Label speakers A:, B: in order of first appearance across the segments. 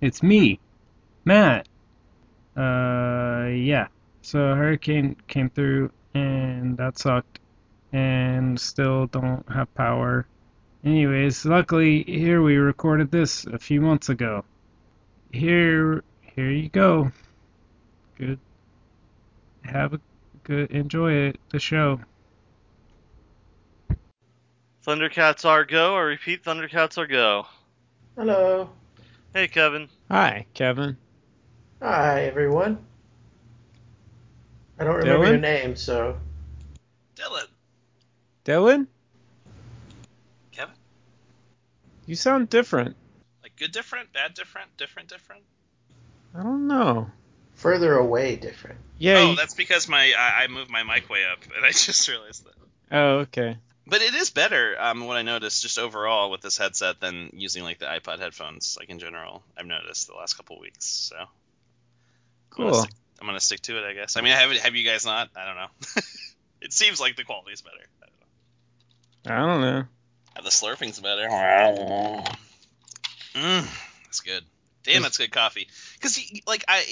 A: It's me, Matt. Uh, yeah. So a hurricane came through and that sucked and still don't have power. Anyways, luckily here we recorded this a few months ago. Here here you go. Good have a good enjoy it, the show.
B: Thundercats are go. I repeat, Thundercats are go.
C: Hello.
B: Hey, Kevin.
A: Hi, Kevin.
C: Hi, everyone. I don't remember
A: Dylan?
C: your name, so
D: Dylan,
A: Dylan?
D: Kevin?
A: You sound different.
D: like good different, bad different, different different.
A: I don't know.
C: further away, different.
A: Yeah.
D: oh, that's because my I, I moved my mic way up, and I just realized that.
A: oh okay.
D: But it is better, um, what I noticed just overall with this headset than using like the iPod headphones, like in general. I've noticed the last couple weeks, so I'm gonna
A: Cool.
D: stick- I'm gonna stick to it, I guess. I mean, I haven't. Have you guys not? I don't know. it seems like the quality's better. I
A: I don't
D: don't know.
A: know.
D: The slurping's better. Mm, that's good. Damn, that's good coffee. Because like I,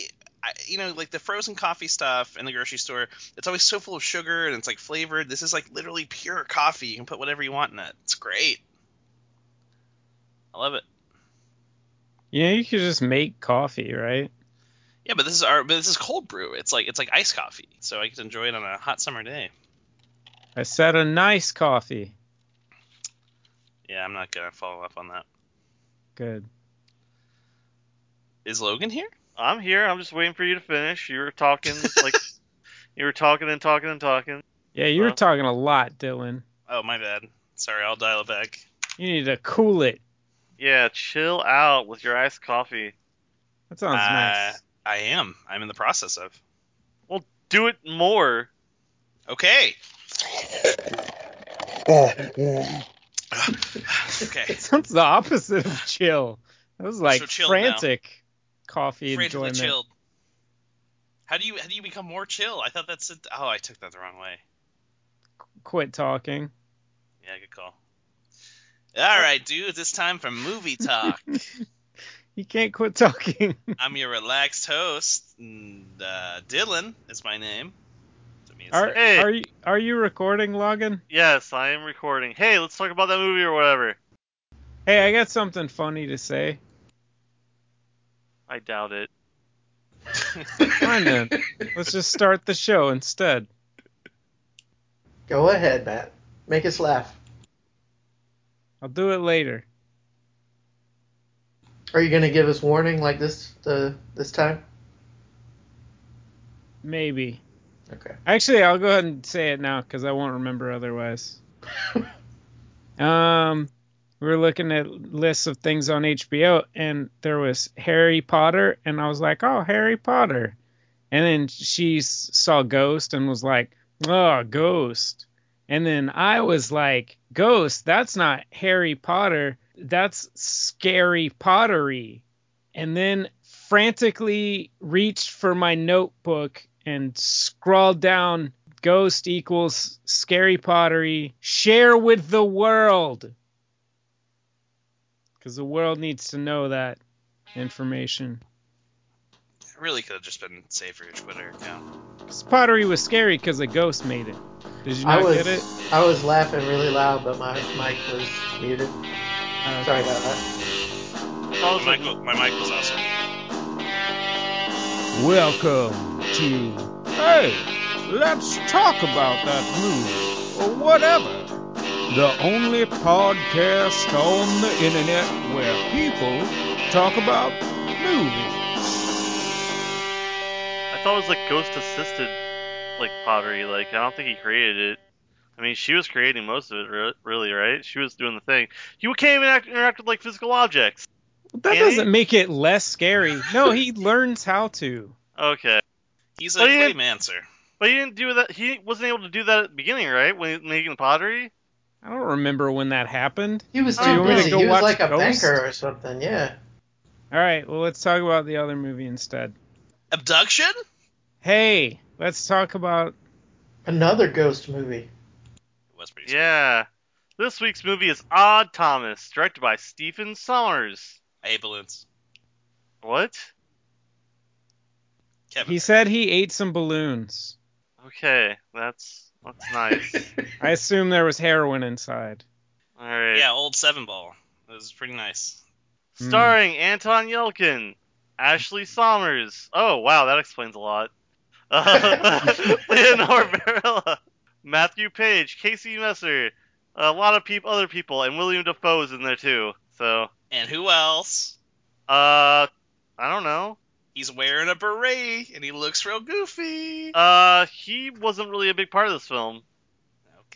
D: I, you know, like the frozen coffee stuff in the grocery store, it's always so full of sugar and it's like flavored. This is like literally pure coffee. You can put whatever you want in it. It's great. I love it.
A: You know, you could just make coffee, right?
D: Yeah, but this is our, but this is cold brew. It's like it's like iced coffee, so I can enjoy it on a hot summer day.
A: I said a nice coffee.
D: Yeah, I'm not gonna follow up on that.
A: Good.
D: Is Logan here?
B: I'm here. I'm just waiting for you to finish. You were talking like you were talking and talking and talking.
A: Yeah, you were
B: Well.
A: talking a lot, Dylan.
D: Oh, my bad. Sorry, I'll dial it back.
A: You need to cool it.
B: Yeah, chill out with your iced coffee.
A: That sounds
D: Uh,
A: nice.
D: I am. I'm in the process of.
B: Do it more.
D: Okay. okay.
A: It sounds the opposite of chill. That was like
D: So chill now.
A: frantic coffee
D: Frantically
A: enjoyment.
D: chilled. How do you how do you become more chill? I thought that's it. Oh, I took that the wrong way.
A: Quit talking.
D: Yeah, good call. All right, dude. It's time for movie talk.
A: You can't quit talking.
D: I'm your relaxed host, and, uh, Dylan is my name. Took me a
A: are,
D: second.
B: Hey.
A: are you are you recording, Logan?
B: Yes, I am recording. Hey, let's talk about that movie or whatever.
A: Hey, I got something funny to say.
B: I doubt it.
A: Fine then. Let's just start the show instead.
C: Go ahead, Matt. Make us laugh.
A: I'll do it later.
C: Are you gonna give us warning like this the this time?
A: Maybe.
C: Okay.
A: Actually, I'll go ahead and say it now because I won't remember otherwise. um, we were looking at lists of things on HBO, and there was Harry Potter, and I was like, "Oh, Harry Potter," and then she s- saw Ghost and was like, "Oh, Ghost," and then I was like, "Ghost? That's not Harry Potter. That's scary pottery." and then frantically reached for my notebook and scrawled down ghost equals scary pottery share with the world because the world needs to know that information
D: I really could have just been saved for your Twitter account.
A: 'Cause pottery was scary because a ghost made it did you not
C: I was
A: get it
C: I was laughing really loud, but my mic was muted.
A: Uh,
C: Sorry about that.
B: Sounds
D: My
B: like
D: mic, wa- my mic was awesome.
A: welcome to hey let's talk about that movie or whatever the only podcast on the internet where people talk about movies.
B: I thought it was like ghost assisted like pottery. Like I don't think he created it. I mean, she was creating most of it, re- really, right? She was doing the thing. You can't even act, interact with like physical objects.
A: That
B: Yeah.
A: doesn't make it less scary. No, he learns how to.
B: Okay,
D: He's a
B: Well, yeah.
D: playmancer.
B: but he didn't do that. He wasn't able to do that at the beginning, right? When he was making the pottery.
A: I don't remember when that happened.
C: He was
B: Oh,
C: too
B: you want me to
C: busy.
A: go
C: He was
A: watch
C: like a
A: Ghost?
C: banker or something. Yeah.
A: All right, well, let's talk about the other movie instead.
D: Abduction?
A: Hey, let's talk about.
C: Another ghost movie.
D: It was pretty. scary.
B: Yeah. This week's movie is Odd Thomas, directed by Stephen Sommers.
D: Ambulance.
B: What?
D: Kevin.
A: He said he ate some balloons.
B: Okay, that's that's nice.
A: I assume there was heroin inside.
B: All right.
D: Yeah, old seven ball. It was pretty nice.
B: Starring Anton Yelkin, Ashley Sommers. Oh wow, that explains a lot. Uh, Leonor Varela, Matthew Page, Casey Messer, a lot of peop other people, and William Defoe is in there too. So,
D: And who else?
B: uh, I don't know.
D: He's wearing a beret and he looks real goofy.
B: Uh, he wasn't really a big part of this film.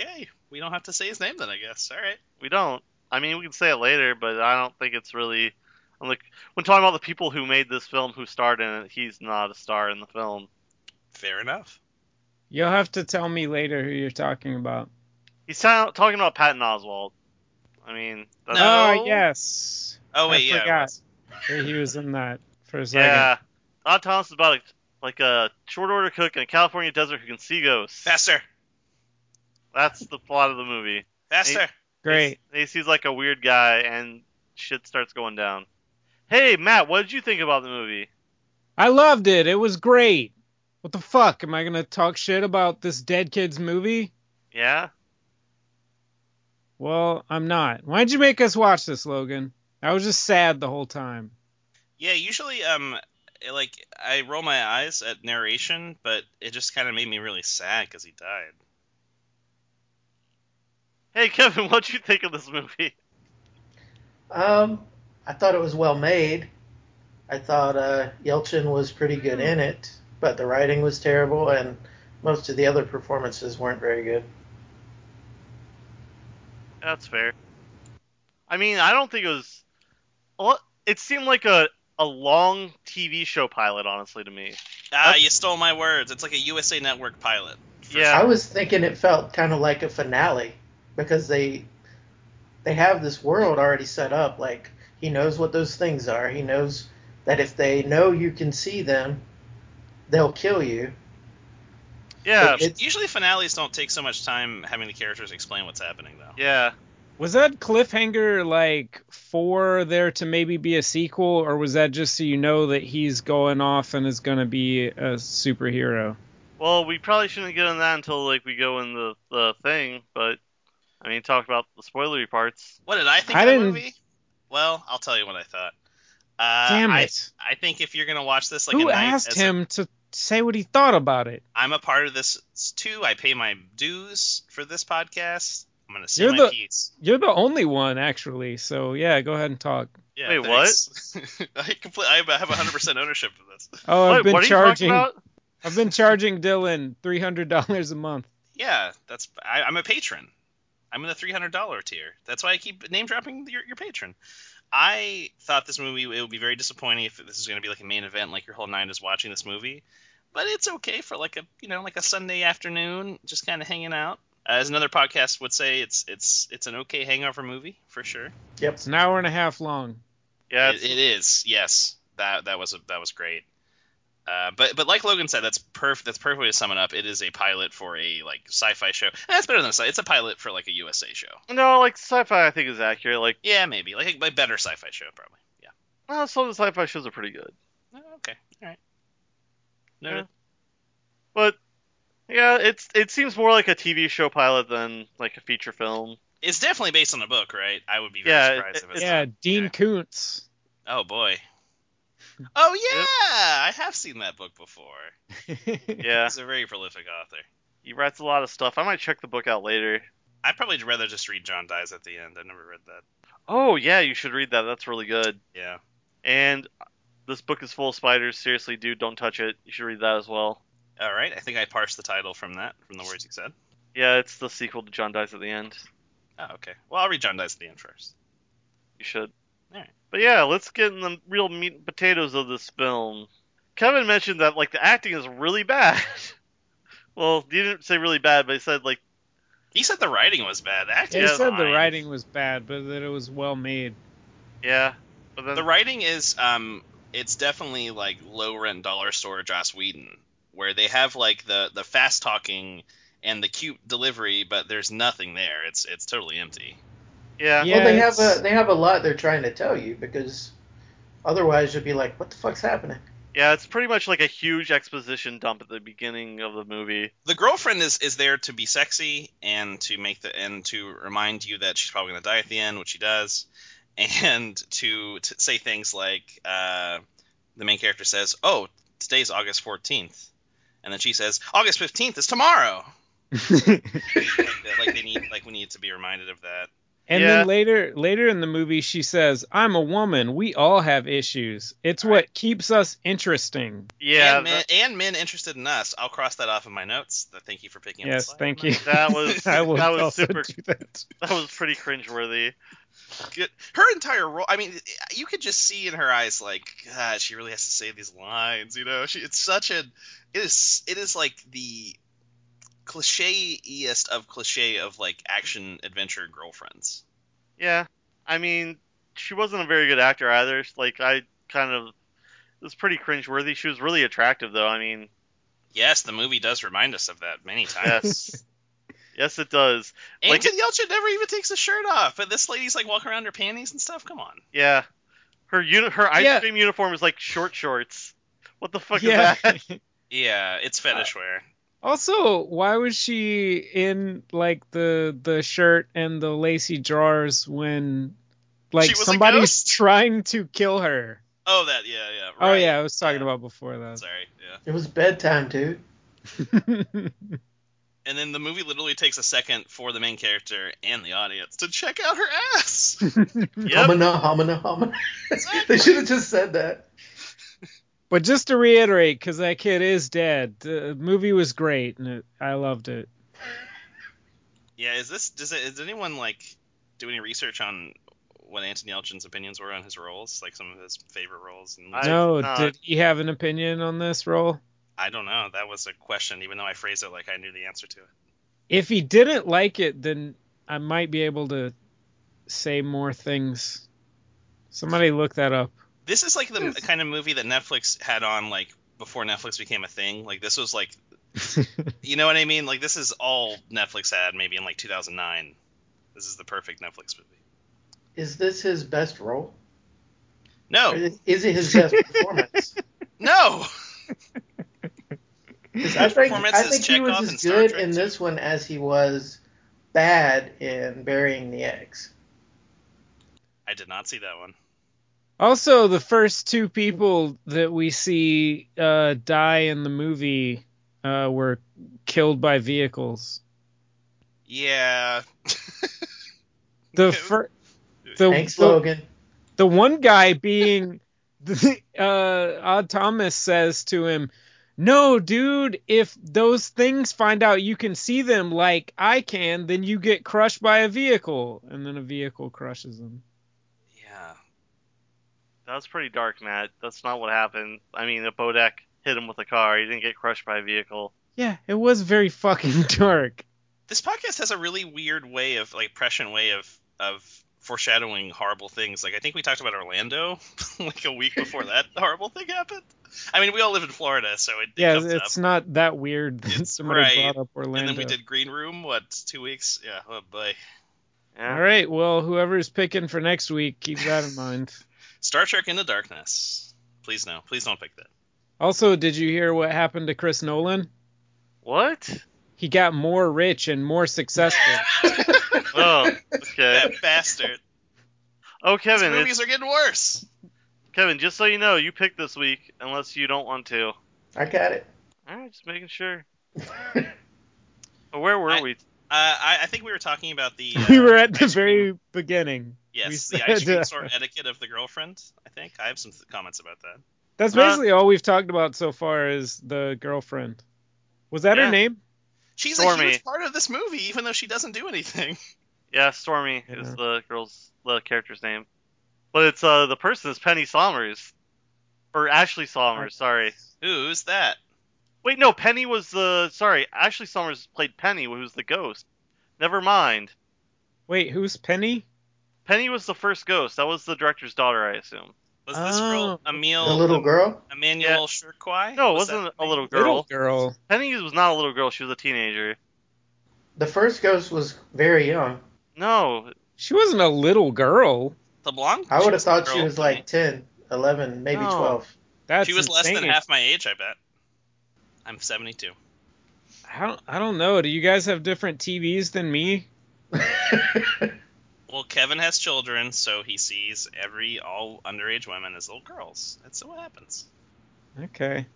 D: okay, we don't have to say his name then, I guess. All right.
B: We don't. I mean, we can say it later, but I don't think it's really. I'm like when talking about the people who made this film who starred in it, he's not a star in the film.
D: Fair enough.
A: You'll have to tell me later who you're talking about.
B: He's ta- talking about Patton Oswald. I mean, that's,
D: No.
A: Oh yes.
D: Oh
A: I
D: wait, yeah. it
A: forgot
D: was.
A: that he was in that for a second.
B: yeah. Odd Thomas is about a, like a short order cook in a California desert who can see ghosts.
D: Faster,
B: That's the plot of the movie.
D: faster.
A: Great.
B: He, he sees like a weird guy, and shit starts going down. Hey Matt, what did you think about the movie?
A: I loved it. It was great. What the fuck? Am I gonna talk shit about this dead kid's movie?
B: Yeah.
A: Well, I'm not. Why'd you make us watch this, Logan? I was just sad the whole time.
D: Yeah, usually um like I roll my eyes at narration, but it just kind of made me really sad because he died.
B: Hey Kevin, what did you think of this movie?
C: Um, I thought it was well made. I thought uh, Yelchin was pretty good in it, but the writing was terrible, and most of the other performances weren't very good.
B: That's fair. I mean, I don't think it was. a lot- It seemed like a a long TV show pilot, honestly, to me.
D: Ah,
B: That's-
D: you stole my words. It's like a USA Network pilot.
B: Yeah.
C: I was thinking it felt kind of like a finale because they they have this world already set up. Like he knows what those things are. He knows that if they know you can see them, they'll kill you.
B: Yeah.
C: It- it's-
D: Usually finales don't take so much time having the characters explain what's happening though.
B: Yeah.
A: Was that cliffhanger like for there to maybe be a sequel, or was that just so you know that he's going off and is gonna be a superhero?
B: Well, we probably shouldn't get on that until like we go in the the thing, but I mean, talk about the spoilery parts.
D: What did I think
A: I
D: of the
A: didn't-
D: movie? Well, I'll tell you what I thought. Uh,
A: Damn
D: I-
A: it!
D: I, think if you're gonna watch this like a
A: Who
D: night
A: asked
D: as a-
A: him to say what he thought about it?
D: I'm a part of this too. I pay my dues for this podcast. I'm gonna say
A: You're
D: my
A: the-
D: piece.
A: You're the only one actually, so yeah, go ahead and talk.
D: Yeah,
B: Wait,
D: what? I complete. I have 100 percent ownership of this.
A: Oh, I've
B: what,
A: been
B: what are
A: charging.
B: you talking about?
A: I've been charging Dylan three hundred dollars a month.
D: Yeah, that's. I, I'm a patron. I'm in the $300 tier. That's why I keep name dropping your, your patron. I thought this movie it would be very disappointing if this is going to be like a main event, like your whole nine is watching this movie. But it's okay for like a you know like a Sunday afternoon, just kind of hanging out. As another podcast would say, it's it's it's an okay hangover movie for sure.
C: Yep.
A: It's an hour and a half long.
B: Yeah.
D: It, it is. Yes, that that was a, that was great. Uh, but but like Logan said, that's perf that's perfect way to sum it up. It is a pilot for a like sci-fi show. That's better than a sci. It's a pilot for like a USA show.
B: No, like sci-fi, I think is accurate. Like,
D: Yeah, maybe like a, a better sci-fi show probably. Yeah.
B: well, some of the sci-fi shows are pretty good.
D: Oh, okay. All right.
B: Yeah.
D: Noted.
B: But yeah, it's it seems more like a TV show pilot than like a feature film.
D: It's definitely based on a book, right? I would be very
B: Yeah,
D: surprised
B: it-
D: if it's
A: yeah,
D: not.
A: Dean
D: yeah.
A: Koontz.
D: Oh boy. Oh yeah, I have seen that book before.
B: Yeah,
D: He's a very prolific author.
B: he writes a lot of stuff. I might check the book out later.
D: I'd probably rather just read John Dies at the end. I've never read that.
B: Oh yeah, you should read that. That's really good.
D: Yeah.
B: And this book is full of spiders. Seriously, dude, don't touch it. You should read that as well.
D: All right, I think I parsed the title from that, from the words you said.
B: Yeah, it's the sequel to John Dies at the End.
D: Oh, okay. Well, I'll read John Dice at the end first.
B: You should.
D: Alright.
B: But yeah, let's get in the real meat and potatoes of this film. Kevin mentioned that like the acting is really bad. well, he didn't say really bad, but he said like
D: He said the writing was bad. The acting
A: He
B: Yeah,
D: is
A: said the
D: fine.
A: writing was bad, but that it was well made.
B: yeah. But then
D: The writing is um, it's definitely like low rent dollar store Joss Whedon, where they have like the the fast talking and the cute delivery, but there's nothing there. It's it's totally empty.
B: yeah.
A: Yeah,
C: well, they
A: it's-
C: have a they have a lot they're trying to tell you because Otherwise, you'll be like, what the fuck's happening?
B: Yeah, it's pretty much like a huge exposition dump at the beginning of the movie.
D: the girlfriend is is there to be sexy and to make the and to remind you that she's probably gonna die at the end, which she does, and to, to say things like uh, the main character says, "Oh, today's August 14th," and then she says, "August 15th is tomorrow." like, that- like they need like we need to be reminded of that.
A: And
B: Yeah.
A: then later later in the movie she says, "I'm a woman. We all have issues. It's what keeps us interesting."
B: Yeah,
D: and men, and men interested in us. I'll cross that off in my notes. Th- Thank you for picking up. the
A: yes,
D: slack.
A: thank you.
B: That was-
A: I will
B: that was
A: also
B: super-
A: do that.
B: that, that was pretty cringeworthy.
D: Good. Her entire role. I mean, you could just see in her eyes, like, God, she really has to say these lines. You know, she. It's such a. It is. It is like the cliche-iest of cliche of like action adventure girlfriends.
B: Yeah, I mean, she wasn't a very good actor either. Like I kind of it was pretty cringeworthy. She was really attractive though. I mean,
D: Yes, the movie does remind us of that many times.
B: yes, yes, it does. Like-
D: Anton Yelchin never even takes a shirt off, but this lady's like walking around in her panties and stuff. Come on.
B: Yeah, her uni- her ice
A: Yeah.
B: cream uniform is like short shorts. What the fuck
A: yeah.
B: is that?
D: Yeah, it's fetish wear.
A: Also, why was she in like the the shirt and the lacy drawers when
D: She
A: like
D: was a
A: somebody's
D: ghost?
A: trying to kill her?
D: Oh, that. Yeah, yeah.
A: Oh
D: right.
A: yeah, I was talking
D: Yeah.
A: about before that.
D: Sorry. Yeah.
C: It was bedtime, dude.
D: And then the movie literally takes a second for the main character and the audience to check out her ass.
B: Yep.
C: Homina, homina, homina. they should have just said that.
A: but just to reiterate, because that kid is dead, the movie was great and it, I loved it.
D: Yeah, is this does it, is anyone like do any research on what Anton Yelchin's opinions were on his roles, like some of his favorite roles? And
B: I-
A: no,
B: uh,
A: did he have an opinion on this role?
D: I don't know. That was a question, even though I phrased it like I knew the answer to it.
A: If he didn't like it, then I might be able to say more things. Somebody look that up.
D: This is like the kind of movie that Netflix had on like before Netflix became a thing. Like this was like, you know what I mean? Like this is all Netflix had maybe in like 2009. This is the perfect Netflix movie.
C: Is this his best role? Or
D: No,
C: is is it his best performance?
D: no.
C: 'Cause I think,
D: Performance
C: I
D: is
C: think he
D: Chekhov
C: was
D: in
C: as
D: Star
C: good
D: Trek
C: in
D: too.
C: this one as he was bad in Burying the Eggs.
D: I did not see that one.
A: Also, the first two people that we see uh, die in the movie uh, were killed by vehicles.
D: Yeah.
A: The
D: Okay.
A: fir- the,
C: Thanks,
A: the,
C: Logan.
A: the one guy being the, uh, Odd Thomas says to him, "No, dude, if those things find out you can see them like I can, then you get crushed by a vehicle." And then a vehicle crushes him.
D: yeah.
B: That was pretty dark, Matt. That's not what happened. I mean, a Bodak hit him with a car. He didn't get crushed by a vehicle.
A: Yeah, it was very fucking dark.
D: this podcast has a really weird way of like prescient way of of foreshadowing horrible things like i think we talked about orlando like a week before that horrible thing happened i mean we all live in florida so it, it
A: Yeah,
D: comes
A: it's
D: up
A: not that weird that
D: It's
A: somebody
D: right.
A: brought up Orlando.
D: and then we did green room what two weeks yeah oh boy
B: Yeah.
A: All right. Well, whoever's picking for next week, keep that in mind.
D: star trek into darkness please no please don't pick that
A: Also, did you hear what happened to Chris Nolan?
B: What?
A: He got more rich and more successful.
B: Oh, okay.
D: that bastard
B: Oh,
D: These
B: Kevin,
D: movies
B: it's,
D: are getting worse
B: Kevin. Just so you know, you picked this week, unless you don't want to.
C: I got it.
B: All right, just making sure. But where were
D: I-
B: we?
D: uh, I, I think we were talking about the uh,
A: we were at the
D: ice cream-
A: very beginning.
D: yes
A: we
D: the ice
A: said,
D: cream
A: uh,
D: store etiquette of the girlfriend i think i have some th- comments about that
A: That's
B: Uh,
A: basically all we've talked about so far is the girlfriend. Was that
B: Yeah.
A: her name?
D: She's a
B: Stormy.
D: huge part of this movie, even though she doesn't do anything.
B: Yeah, Stormy
A: Yeah.
B: is the girl's the character's name, but it's uh the person is Penny Somers, or Ashley Somers. Sorry.
D: Who's that?
B: Wait, no, Penny was the sorry. Ashley Somers played Penny, who was the ghost. Never mind.
A: Wait, who's Penny?
B: Penny was the first ghost. That was the director's daughter, I assume.
D: Was this
A: Oh.
D: girl Emil
C: the little girl?
B: Yeah.
D: Emmanuel Shirkwai?
B: No, it
D: Was that
B: wasn't a
D: the name?
B: little
A: Little
B: girl.
A: girl. Penny
B: Penny was not a little girl. She was a teenager.
C: The first ghost was very young.
B: No,
A: She wasn't a little girl.
D: The blonde.
C: I
D: she
C: would have
D: was the
C: thought she
D: girl,
C: was
D: wasn't
C: like 10, eleven, maybe
A: No.
C: twelve.
A: That's
D: she was less
A: insane.
D: than half my age, I bet. I'm 72.
A: I don't, I don't know. Do you guys have different TVs than me?
D: Well, Kevin has children, so he sees every all underage women as little girls. That's what happens.
A: Okay.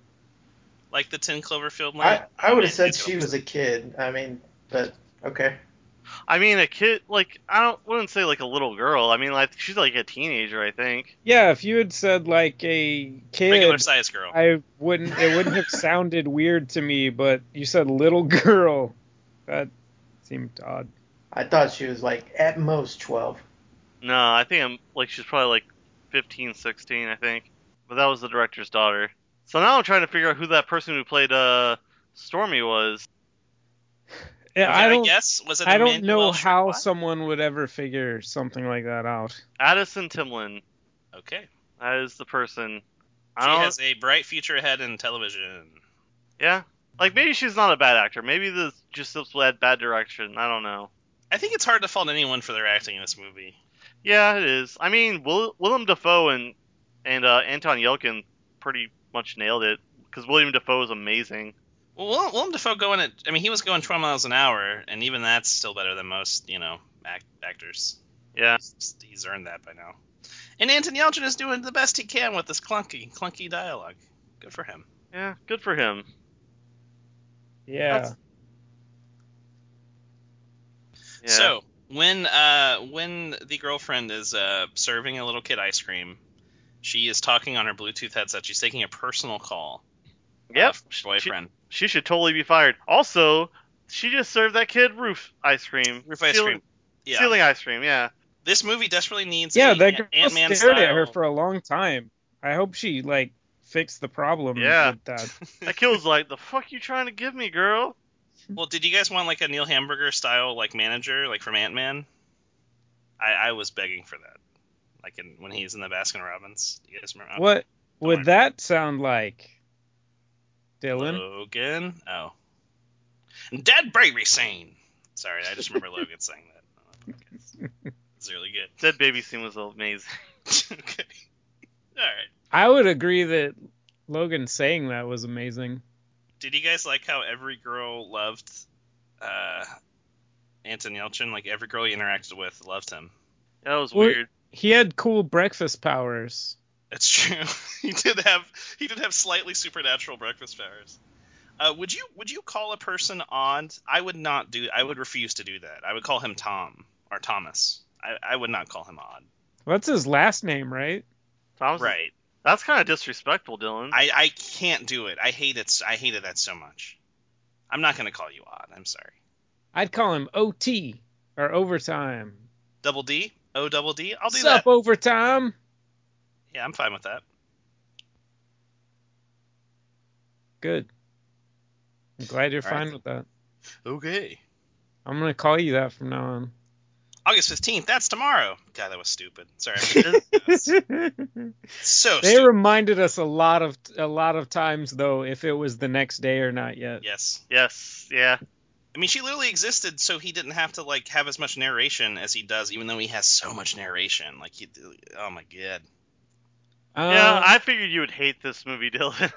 D: Like the Ten Cloverfield Lane.
C: I I would
D: Man,
C: have said
D: it's
C: she was a kid. I mean, but okay.
B: I mean, a kid like I don't wouldn't say like a little girl. I mean, like she's like a teenager, I think.
A: Yeah, if you had said like a
D: regular
A: kid,
D: size girl.
A: I wouldn't. It wouldn't have sounded weird to me. But you said little girl. That seemed odd.
C: I thought she was like at most twelve.
B: No, I think I'm like she's probably like 15, 16, I think. But that was the director's daughter. So now I'm trying to figure out who that person who played uh Stormy was.
A: Yeah,
D: Was
A: I
D: it a
A: don't.
D: guess? Was it
A: I don't
D: Emmanuel
A: know how
D: Shabbat?
A: someone would ever figure something like that out.
B: Addison Timlin.
D: Okay. She
B: That is the person. I don't.
D: has a bright future ahead in television.
B: yeah. Like maybe she's not a bad actor. Maybe this just this bad bad direction. I don't know.
D: I think it's hard to fault anyone for their acting in this movie.
B: Yeah, it is. I mean, Will, Willem Dafoe and and uh, Anton Yelkin pretty much nailed it because William Dafoe is amazing.
D: Well, Willem, Willem Dafoe going at, I mean, he was going 12 miles an hour, and even that's still better than most, you know, act, actors.
B: Yeah.
D: He's, he's earned that by now. And Anton Yelchin is doing the best he can with this clunky, clunky dialogue. Good for him.
B: Yeah, good for him.
A: Yeah.
B: That's- Yeah.
D: So when uh, when the girlfriend is uh, serving a little kid ice cream, she is talking on her Bluetooth headset. She's taking a personal call. uh,
B: yep,
D: from her boyfriend.
B: she should totally be fired. Also, she just served that kid roof ice cream.
D: Roof ice
B: ceiling,
D: cream. Yeah.
B: Ceiling ice cream, yeah.
D: This movie desperately needs.
A: yeah,
D: a
A: that girl
D: Ant- Ant-Man
A: stared at her
D: style-
A: for a long time. I hope she like fixed the problem
B: Yeah.
A: with that.
B: That kid was like, "The fuck you trying to give me, girl?"
D: Well, did you guys want like a Neil Hamburger style like manager like from Ant Man? I, I was begging for that, like in, when he's in the Baskin Robbins. You guys remember?
A: What
D: worry.
A: would that sound like, Dylan?
D: Logan? Oh, Dead Baby Scene. Sorry, I just remember Logan saying that. It's really good.
B: Dead baby scene was amazing.
D: okay. All right.
A: I would agree that Logan saying that was amazing.
D: Did you guys like how every girl loved uh, Anton Yelchin? Like every girl he interacted with loved him.
B: That was
A: Well-
B: weird.
A: He had cool breakfast powers.
D: That's true. he did have he did have slightly supernatural breakfast powers. Uh, would you would you call a person odd? I would not do. I would refuse to do that. I would call him Tom or Thomas. I, I would not call him odd.
A: What's his last name, right?
B: Thomas,
D: Right.
B: That's kind of disrespectful, Dylan.
D: I, I can't do it. I hate it. s- I hated that so much. I'm not gonna call you odd. I'm sorry.
A: I'd call him OT or overtime.
D: Double D O double D. I'll do
A: What's
D: that.
A: up, overtime?
D: Yeah, I'm fine with that.
A: Good. I'm glad you're
D: All right.
A: fine with that.
D: Okay.
A: I'm gonna call you that from now on.
D: August 15th. That's tomorrow. God, that was stupid. Sorry. so
A: they
D: stupid.
A: reminded us a lot of a lot of times though if it was the next day or not yet.
D: yes.
B: yes, yeah.
D: I mean, she literally existed, so he didn't have to like have as much narration as he does, even though he has so much narration. Like, he, oh my god.
B: yeah,
A: Um,
B: I figured you would hate this movie, Dylan.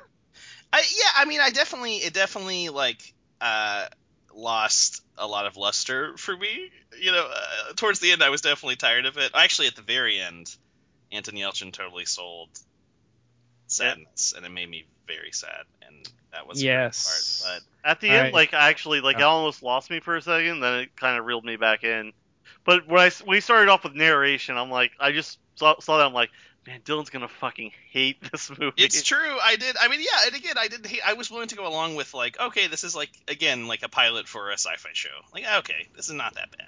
D: I yeah, I mean, I definitely it definitely like uh lost a lot of luster for me. You know, uh, towards the end, I was definitely tired of it. Actually, at the very end, Anton Yelchin totally sold sadness, and it made me very sad, and that was the hard
A: Yes.
D: part, but.
B: At the
A: All
B: end,
A: right.
B: like I actually like it
A: Oh.
B: almost lost me for a second, then it kind of reeled me back in. But when I s- when we started off with narration, I'm like, I just saw, saw that I'm like, man, Dylan's gonna fucking hate this movie.
D: It's true. I did. I mean, yeah. And again, I didn't. Hate, I was willing to go along with like, okay, this is like again like a pilot for a sci-fi show. Like, okay, this is not that bad.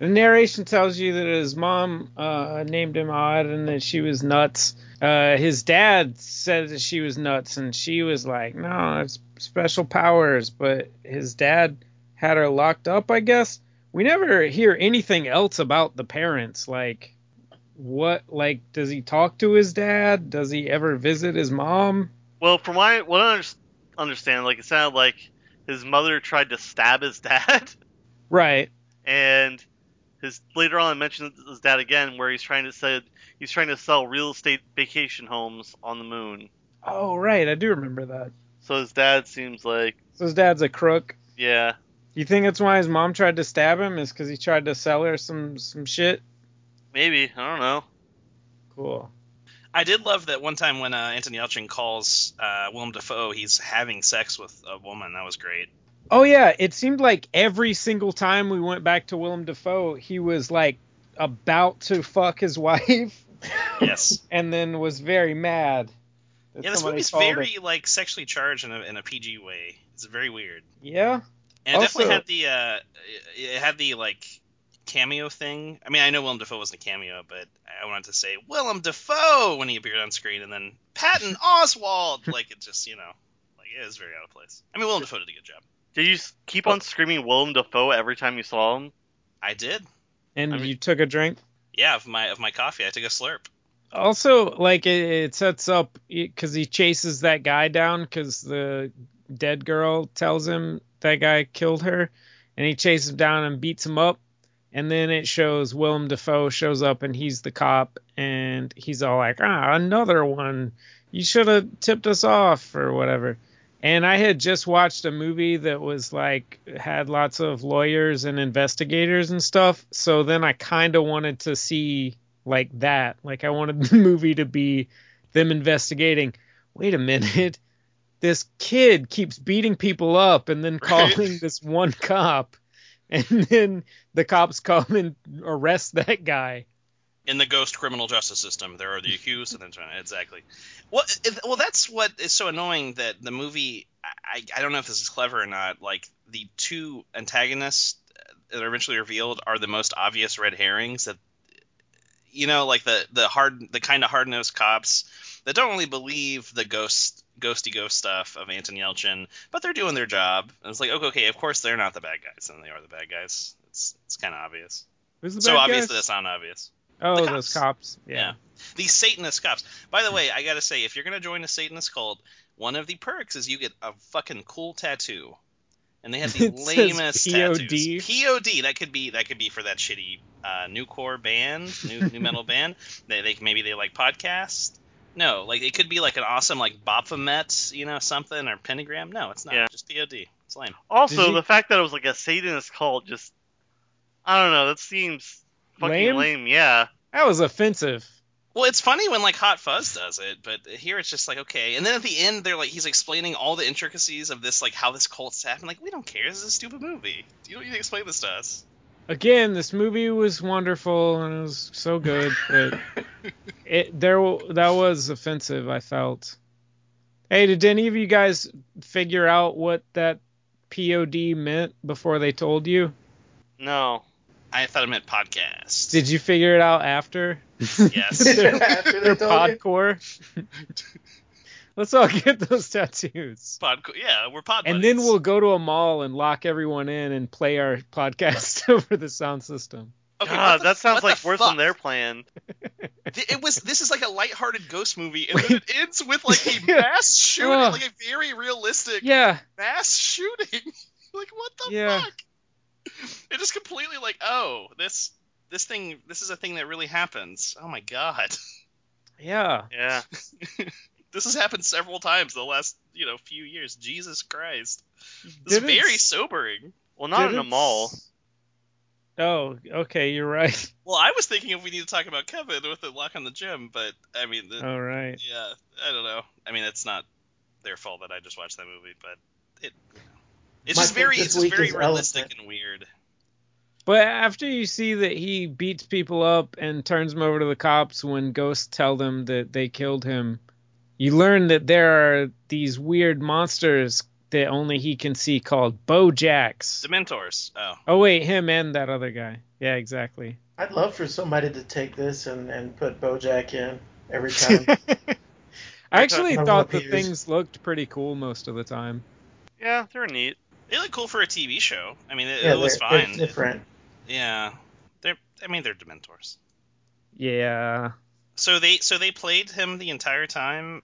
A: The narration tells you that his mom uh, named him odd and that she was nuts. Uh, his dad said that she was nuts, and she was like, "No, it's special powers." But his dad had her locked up, I guess. We never hear anything else about the parents. Like, what? Like, does he talk to his dad? Does he ever visit his mom?
B: Well, from my what I under- understand, like it sounded like his mother tried to stab his dad,
A: Right.
B: and his later on it mentions his dad again, where he's trying to say He's trying to sell real estate vacation homes on the moon.
A: Oh right, I do remember that.
B: So his dad seems like,
A: So his dad's a crook.
B: yeah,
A: You think that's why his mom tried to stab him? Is because he tried to sell her some some shit?
B: maybe I don't know.
A: Cool.
D: I did love that one time when uh, Anthony Elchin calls uh, Willem Dafoe, he's having sex with a woman. That was great.
A: Oh yeah, it seemed like every single time we went back to Willem Dafoe, he was like about to fuck his wife,
D: Yes.
A: and then was very mad. that
D: yeah, this
A: somebody
D: movie's
A: called her-
D: very like sexually charged in a, in a PG way. It's very weird.
A: Yeah.
D: And it definitely
A: Also-
D: had the uh, it it had the like cameo thing. I mean, I know Willem Dafoe wasn't a cameo, but I wanted to say Willem Dafoe when he appeared on screen, and then Patton Oswald. Like it just you know, like it was very out of place. I mean, Willem Dafoe did a good job.
B: Did you s-
A: Oh.
B: keep on screaming Willem Dafoe every time you saw him?
D: I did.
A: And
B: I mean-
A: you took a drink.
D: Yeah, of my of my coffee, I took a slurp.
A: Also, like it, it sets up because he chases that guy down because the dead girl tells him that guy killed her, and he chases him down and beats him up. And then it shows Willem Dafoe shows up and he's the cop, and he's all like, "Ah, another one. You should have tipped us off or whatever." And I had just watched a movie that was like had lots of lawyers and investigators and stuff, so then I kind of wanted to see like that. Like I wanted the movie to be them investigating. Wait a minute, this kid keeps beating people up and then
D: Right.
A: calling this one cop, and then the cops come and arrest that guy.
D: in the ghost criminal justice system there are the accused and then exactly well, it- well that's what is so annoying that the movie I, I don't know if this is clever or not like the two antagonists that are eventually revealed are the most obvious red herrings that you know like the the hard the kind of hard-nosed cops that don't really believe the ghost ghosty ghost stuff of Anton Yelchin but they're doing their job and it's like okay, okay of course they're not the bad guys and they are the bad guys it's it's kind of obvious
A: Who's the
D: so
A: bad
D: obvious
A: guys?
D: that it's not obvious
A: Oh,
D: the
A: those
D: cops.
A: cops. Yeah.
D: these Satanist cops. By the way, I gotta say, if you're gonna join a Satanist cult, one of the perks is you get a fucking cool tattoo. And they have the
A: It says
D: lamest
A: POD.
D: tattoos. POD. That could be that could be for that shitty uh, new core band, new new metal band. They, they maybe they like podcasts. No, like it could be like an awesome like Baphomet, you know, something or pentagram. No, it's not.
B: Yeah.
D: Just POD. It's lame.
B: Also,
A: Did you-
B: the fact that it was like a Satanist cult just, I don't know. That seems fucking
A: Lame?
B: lame. Yeah.
A: That was offensive.
D: Well, it's funny when like Hot Fuzz does it, but here it's just like okay. And then at the end, they're like he's explaining all the intricacies of this like how this cult's happened. Like we don't care. This is a stupid movie. You don't need to explain this to us.
A: Again, this movie was wonderful and it was so good, but it there w- that was offensive. I felt. Hey, did any of you guys figure out what that POD meant before they told you?
B: No.
D: I thought it meant podcast.
A: Did you figure it out after?
D: Yes.
C: After they
A: Their
C: told you?
A: podcore. Let's all get those tattoos.
D: Pod, yeah, we're pod.
A: And
D: buddies.
A: then we'll go to a mall and lock everyone in and play our podcast over the sound system.
D: Okay, what
B: God,
D: the-
B: that sounds
D: what
B: like
D: the
B: worse
D: fuck?
B: than their plan.
D: Th- It was. This is like a lighthearted ghost movie, and then it ends with like a mass shooting,
A: Ugh.
D: like a very realistic
A: Yeah,
D: mass shooting. like what the
A: Yeah.
D: fuck? It just completely like, oh, this this thing this is a thing that really happens. Oh my god.
A: yeah.
B: Yeah.
D: this has happened several times in the last, you know, few years. Jesus Christ. This
A: Didn't-
D: is very sobering.
B: Well, not in a
A: didn't-
B: mall.
A: Oh, okay, you're right.
D: Well, I was thinking if we need to talk about Kevin with the lock on the gym, but I mean, the,
A: All right.
D: yeah, I don't know. I mean, it's not their fault that I just watched that movie, but it it's
C: My
D: just
C: pick
D: very
C: this
D: it's just
C: week
D: very
C: is
D: realistic
C: Elephant.
D: and weird.
A: But after you see that he beats people up and turns them over to the cops when ghosts tell them that they killed him, you learn that there are these weird monsters that only he can see called Bojacks.
D: Dementors. Oh.
A: Oh wait, him and that other guy. Yeah, exactly.
C: I'd love for somebody to take this and, and put BoJack in every time.
A: I actually
C: Number
A: thought
C: of
A: the
C: years.
A: things looked pretty cool most of the time.
B: Yeah, they're neat.
D: They look cool for a TV show. I mean, it,
C: yeah,
D: it was
C: they're- they're
D: fine.
C: different.
D: yeah. They're I mean, they're dementors.
A: Yeah.
D: So they so they played him the entire time.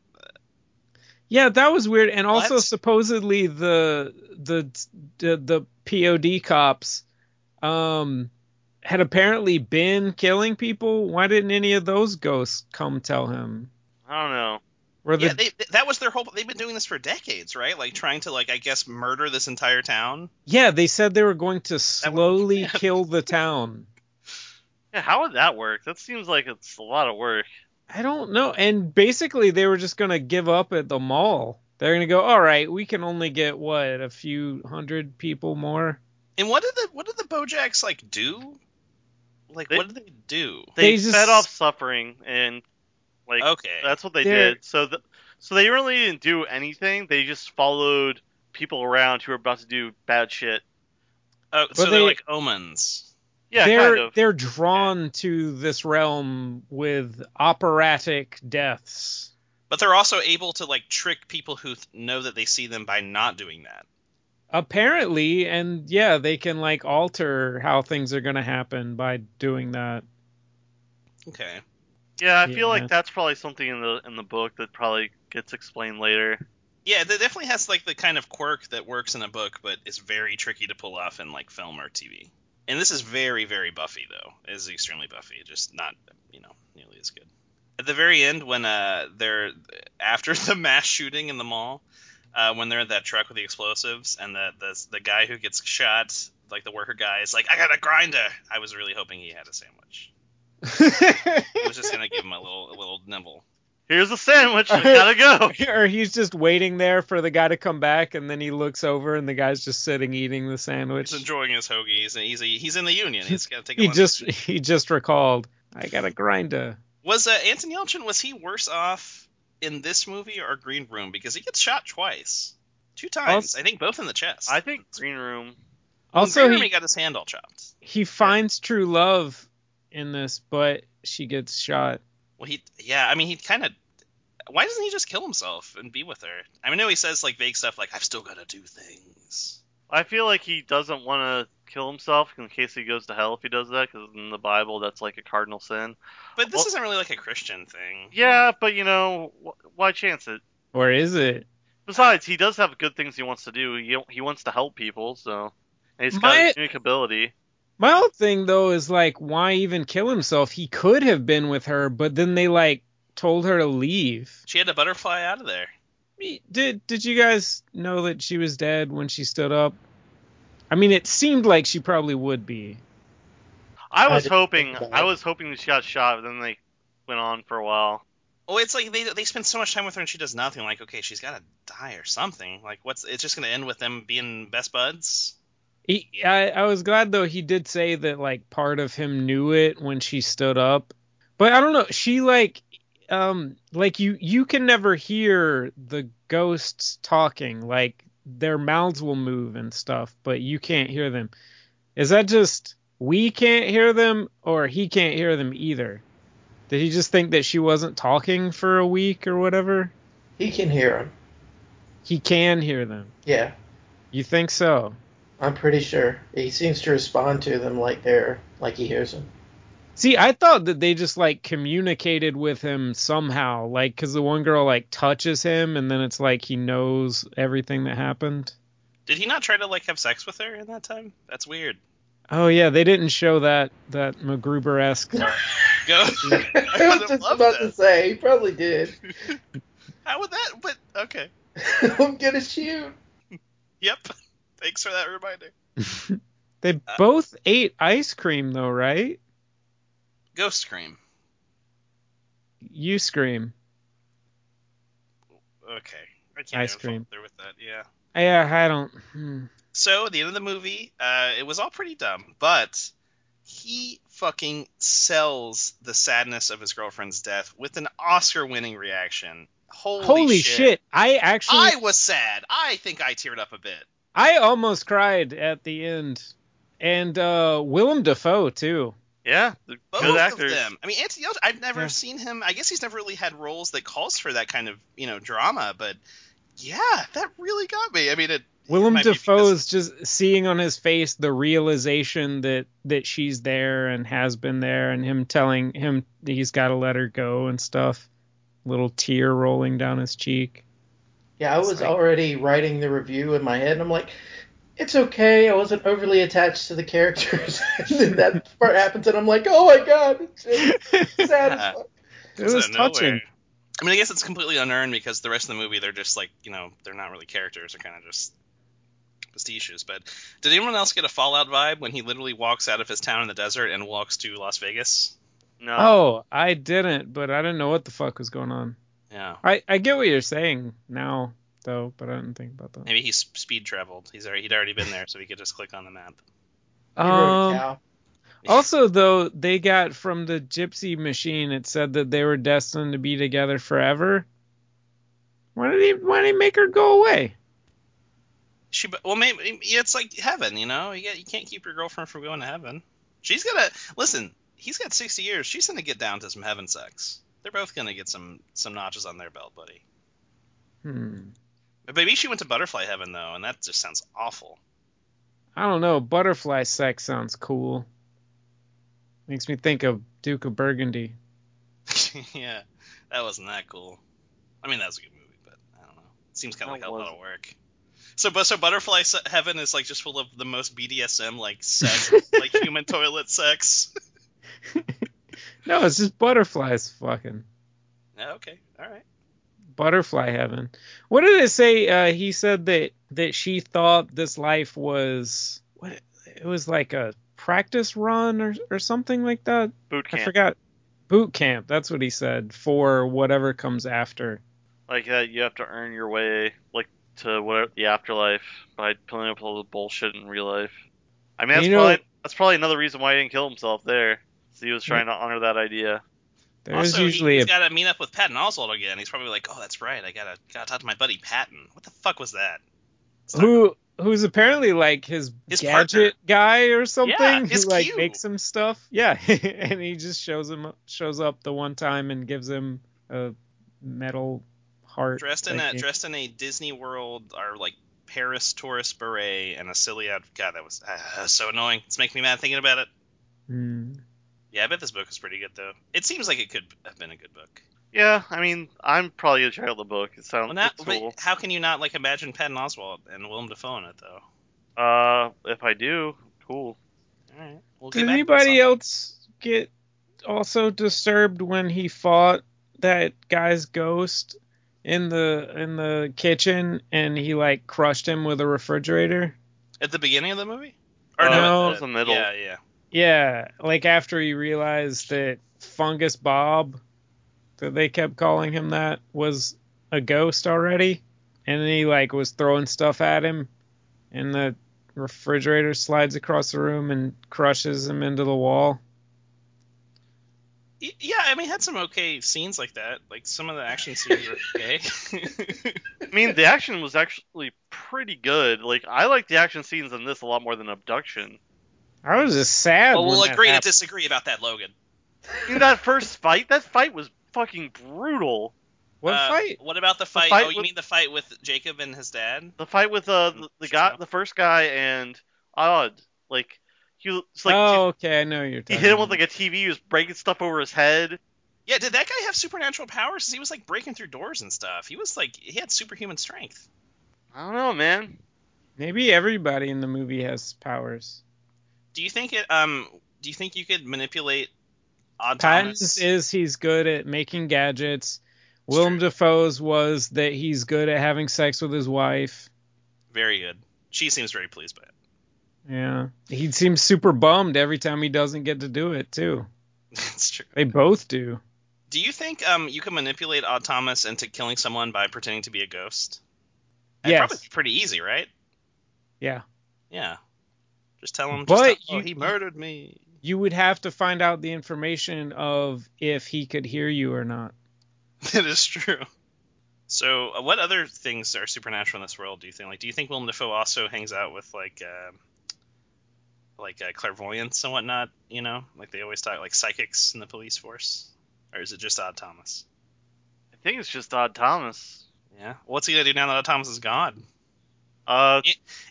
A: Yeah, that was weird. And also
D: What?
A: supposedly the the the, the POD cops um had apparently been killing people. Why didn't any of those ghosts come tell him?
B: I don't know.
A: Were the
D: yeah, they, that was their whole. They've been doing this for decades, right? Like trying to, like I guess, murder this entire town.
A: Yeah, they said they were going to slowly kill the town.
B: Yeah, how would that work? That seems like it's a lot of work.
A: I don't know. And basically, they were just going to give up at the mall. They're going to go, all right, we can only get what a few hundred people more.
D: And what did the what did the Bojacks like do? Like
B: They-
D: what did they do?
B: They,
A: They just-
B: fed off suffering, and like
D: Okay.
B: that's what they
A: They're-
B: did. So, the, so they really didn't do anything. They just followed people around who were about to do bad shit.
D: Oh, so
A: Well,
D: they're
A: they-
D: like omens.
B: Yeah,
A: they're
B: kind of.
A: they're drawn to this realm with operatic deaths.
D: But they're also able to like trick people who th- know that they see them by not doing that.
A: Apparently, and yeah, they can like alter how things are going to happen by doing that.
D: Okay.
B: Yeah, I
A: Yeah.
B: feel like that's probably something in the in the book that probably gets explained later.
D: Yeah, that definitely has like the kind of quirk that works in a book, but is very tricky to pull off in like film or TV. And this is very, very Buffy though. It is extremely Buffy, just not you know nearly as good. At the very end, when uh they're after the mass shooting in the mall, uh, when they're in that truck with the explosives, and the the the guy who gets shot, like the worker guy, is like, I got a grinder. I was really hoping he had a sandwich. I was just gonna give him a little a little nibble.
B: Here's a sandwich. I gotta go.
A: or he's just waiting there for the guy to come back, and then he looks over, and the guy's just sitting eating the sandwich.
D: He's enjoying his hoagies, and he's a, he's in the union. He's gonna take. A
A: He
D: lunch.
A: just he just recalled. I got a grinder.
D: Was uh, Anton Yelchin was he worse off in this movie or Green Room because he gets shot twice, two times,
A: Also-
D: I think both in the chest.
B: I think Green Room.
D: Well, in
A: Also,
D: Green Room,
A: he-
D: he got his hand all chopped.
A: He finds true love in this, but she gets shot.
D: Well, he yeah, I mean he kind of. Why doesn't he just kill himself and be with her? I mean, I know he says like vague stuff like I've still got to do things.
B: I feel like he doesn't want to kill himself in case he goes to hell if he does that, because in the Bible that's like a cardinal sin.
D: But this
B: Well-
D: isn't really like a Christian thing.
B: Yeah, but you know, wh- why chance it?
A: Or is it?
B: Besides, he does have good things he wants to do. He he wants to help people, so and he's got
A: My-
B: his unique ability.
A: My old thing though is like, why even kill himself? He could have been with her, but then they like told her to leave.
D: She had a butterfly out of there.
A: Me- Did did you guys know that she was dead when she stood up? I mean, it seemed like she probably would be.
B: I was
C: didn't
B: hoping
C: think that.
B: I was hoping that she got shot, but then they went on for a while.
D: Oh, it's like they they spend so much time with her and she does nothing. Like, okay, she's got to die or something. Like, what's it's just gonna end with them being best buds?
A: He, I, I was glad though he did say that like part of him knew it when she stood up, but I don't know. She like, um, like you you can never hear the ghosts talking. Like their mouths will move and stuff, but you can't hear them. Is that just we can't hear them, or he can't hear them either? Did he just think that she wasn't talking for a week or whatever?
C: He can hear him.
A: He can hear them.
C: Yeah,
A: You think so?
C: I'm pretty sure. He seems to respond to them like they're like he hears them.
A: See, I thought that they just like communicated with him somehow, like because the one girl like touches him, and then it's like he knows everything that happened.
D: Did he not try to like have sex with her in that time? That's weird.
A: Oh yeah, they didn't show that that MacGruber esque.
D: Go.
C: I was just
D: love
C: about
D: that.
C: to say he probably did.
D: How would that? But okay.
C: I'm gonna shoot.
D: Yep. Thanks for that reminder.
A: they both ate ice cream though, right?
D: Ghost scream.
A: You scream.
D: Okay. I can't
A: Ice
D: even
A: cream.
D: follow through with that. Yeah.
A: Yeah, I don't. hmm.
D: So at the end of the movie, uh, it was all pretty dumb, but he fucking sells the sadness of his girlfriend's death with an Oscar-winning reaction. Holy,
A: Holy, shit. I actually,
D: I
A: I...
D: was sad. I think I teared up a bit.
A: almost cried at the end, and uh Willem Dafoe too.
B: Yeah, the
D: Both
B: good
D: of
B: actors.
D: them. I mean, Anthony Yelchin, I've never
A: Yeah.
D: seen him. I guess he's never really had roles that calls for that kind of you know drama, but yeah, that really got me. I mean, it.
A: Willem
D: might be
A: Dafoe's just seeing on his face the realization that that she's there and has been there, and him telling him that he's got to let her go and stuff. Little tear rolling down his cheek.
C: Yeah, I
A: It's
C: was
A: like-
C: already writing the review in my head, and I'm like, it's okay. I wasn't overly attached to the characters. and then that part happens, and I'm like, oh my god, it's just sad. as fuck.
A: It was touching.
D: I mean, I guess it's completely unearned because the rest of the movie they're just like you know they're not really characters. They're kind of just pastiches. But did anyone else get a Fallout vibe when he literally walks out of his town in the desert and walks to Las Vegas?
B: No.
A: Oh, I didn't, but I didn't know what the fuck was going on.
D: Yeah.
A: I, I get what you're saying now, though, but I didn't think about that.
D: Maybe he s- speed traveled. He's already he'd already been there, so he could just click on the map.
C: He wrote a
A: Um,
C: cow.
A: also, though, they got from the gypsy machine, it said that they were destined to be together forever. Why did he, why did he make her go away?
D: She, bu- well, maybe yeah, it's like heaven, you know. You, get, you can't keep your girlfriend from going to heaven. She's gonna listen. He's got 60 years. She's gonna get down to some heaven sex. They're both gonna get some some notches on their belt, buddy.
A: Hmm.
D: But maybe she went to butterfly heaven though, and that just sounds awful.
A: I don't know. Butterfly sex sounds cool. Makes me think of Duke of Burgundy.
D: yeah, that wasn't that cool. I mean, that was a good movie, but I don't know. seems kind
B: No,
D: of like
B: it
D: a lot of
B: wasn't.
D: work. So, but so butterfly Se- heaven is like just full of the most BDSM like sex, like human toilet sex.
A: No, it's just butterflies fucking.
D: Yeah, okay, all right.
A: Butterfly heaven. What did it say? Uh, he said that that she thought this life was what it was like a practice run or or something like that.
B: Boot
A: I
B: camp.
A: forgot. Boot camp. That's what he said for whatever comes after.
B: Like that, you have to earn your way, like to whatever the afterlife by pulling up all the bullshit in real life. I mean, that's,
A: You know-
B: probably, that's probably another reason why he didn't kill himself there. So he was trying to honor that idea.
A: There's
D: also,
A: usually
D: he,
A: a
D: has got to meet up with Patton Oswald again. He's probably like, oh, that's right. I gotta gotta talk to my buddy Patton. What the fuck was that? It's not-
A: who who's apparently like his,
D: His partner.
A: gadget guy or something
D: Yeah,
A: who
D: his
A: like
D: cue.
A: makes him stuff. Yeah, and he just shows him shows up the one time and gives him a metal heart.
D: dressed in
A: like,
D: a dressed in a Disney World or like Paris tourist beret and a silly ad- God, that was uh, so annoying. It's making me mad thinking about it.
A: Mm.
D: Yeah, I bet this book is pretty good though. It seems like it could have been a good book.
B: Yeah, I mean, I'm probably a child of the book. It sounds
D: Well, not,
B: it's cool.
D: but how can you not like imagine Patton Oswald and Willem Dafoe in it though?
B: Uh, if I do, cool.
D: All right. We'll get
A: Did
D: back to
A: anybody
D: something.
A: else get also disturbed when he fought that guy's ghost in the in the kitchen and he like crushed him with a refrigerator?
D: at the beginning of the movie?
A: Uh,
D: at
A: no.
B: It was the middle.
D: Yeah, yeah.
A: Yeah, like after he realized that Fungus Bob, that they kept calling him that, was a ghost already, and then he like was throwing stuff at him, and the refrigerator slides across the room and crushes him into the wall.
D: Y- Yeah, I mean, it had some okay scenes like that. Like some of the action scenes were okay.
B: I mean, the action was actually pretty good. Like, I like the action scenes in this a lot more than Abduction.
A: I was just sad.
D: well,
A: when
D: we'll
A: that
D: agree to
A: happened.
D: disagree about that, Logan.
B: I mean, that first fight, that fight was fucking brutal.
A: What
D: Uh,
A: fight?
D: What about the fight?
B: fight
D: oh, you
B: with-
D: mean the fight with Jacob and his dad?
B: The fight with uh, the, the guy, the first guy, and Odd. Like, he it's like
A: oh, okay, I know what you're.
B: he
A: Talking
B: hit him
A: about.
B: with like a TV. He was breaking stuff over his head.
D: Yeah, did that guy have supernatural powers? 'Cause He was like breaking through doors and stuff. He was like he had superhuman strength.
B: I don't know, man.
A: Maybe everybody in the movie has powers.
D: Do you think it? Um, do you think you could manipulate Odd
A: Patton's
D: Thomas?
A: is he's good at making gadgets.
D: It's
A: Willem
D: true.
A: Dafoe's was that he's good at having sex with his wife.
D: Very good. She seems very pleased by
A: Yeah. He seems super bummed every time he doesn't get to do it, too.
D: it. That's true.
A: They both do.
D: Do you think um you can manipulate Odd Thomas into killing someone by pretending to be a ghost? That'd
A: Yes.
D: probably be pretty easy, right?
A: Yeah.
D: Yeah. Just tell him.
A: But
D: just tell, oh,
A: you-
D: he murdered me.
A: You would have to find out the information of if he could hear you or not.
D: That is true. So, uh, what other things are supernatural in this world? Do you think? Like, do you think Willem Dafoe also hangs out with like, um like uh, clairvoyants and whatnot? You know, like they always talk like psychics in the police force, or is it just Odd Thomas?
B: I think it's just Odd Thomas.
D: Yeah. What's he gonna do now that Odd Thomas is gone?
B: Uh,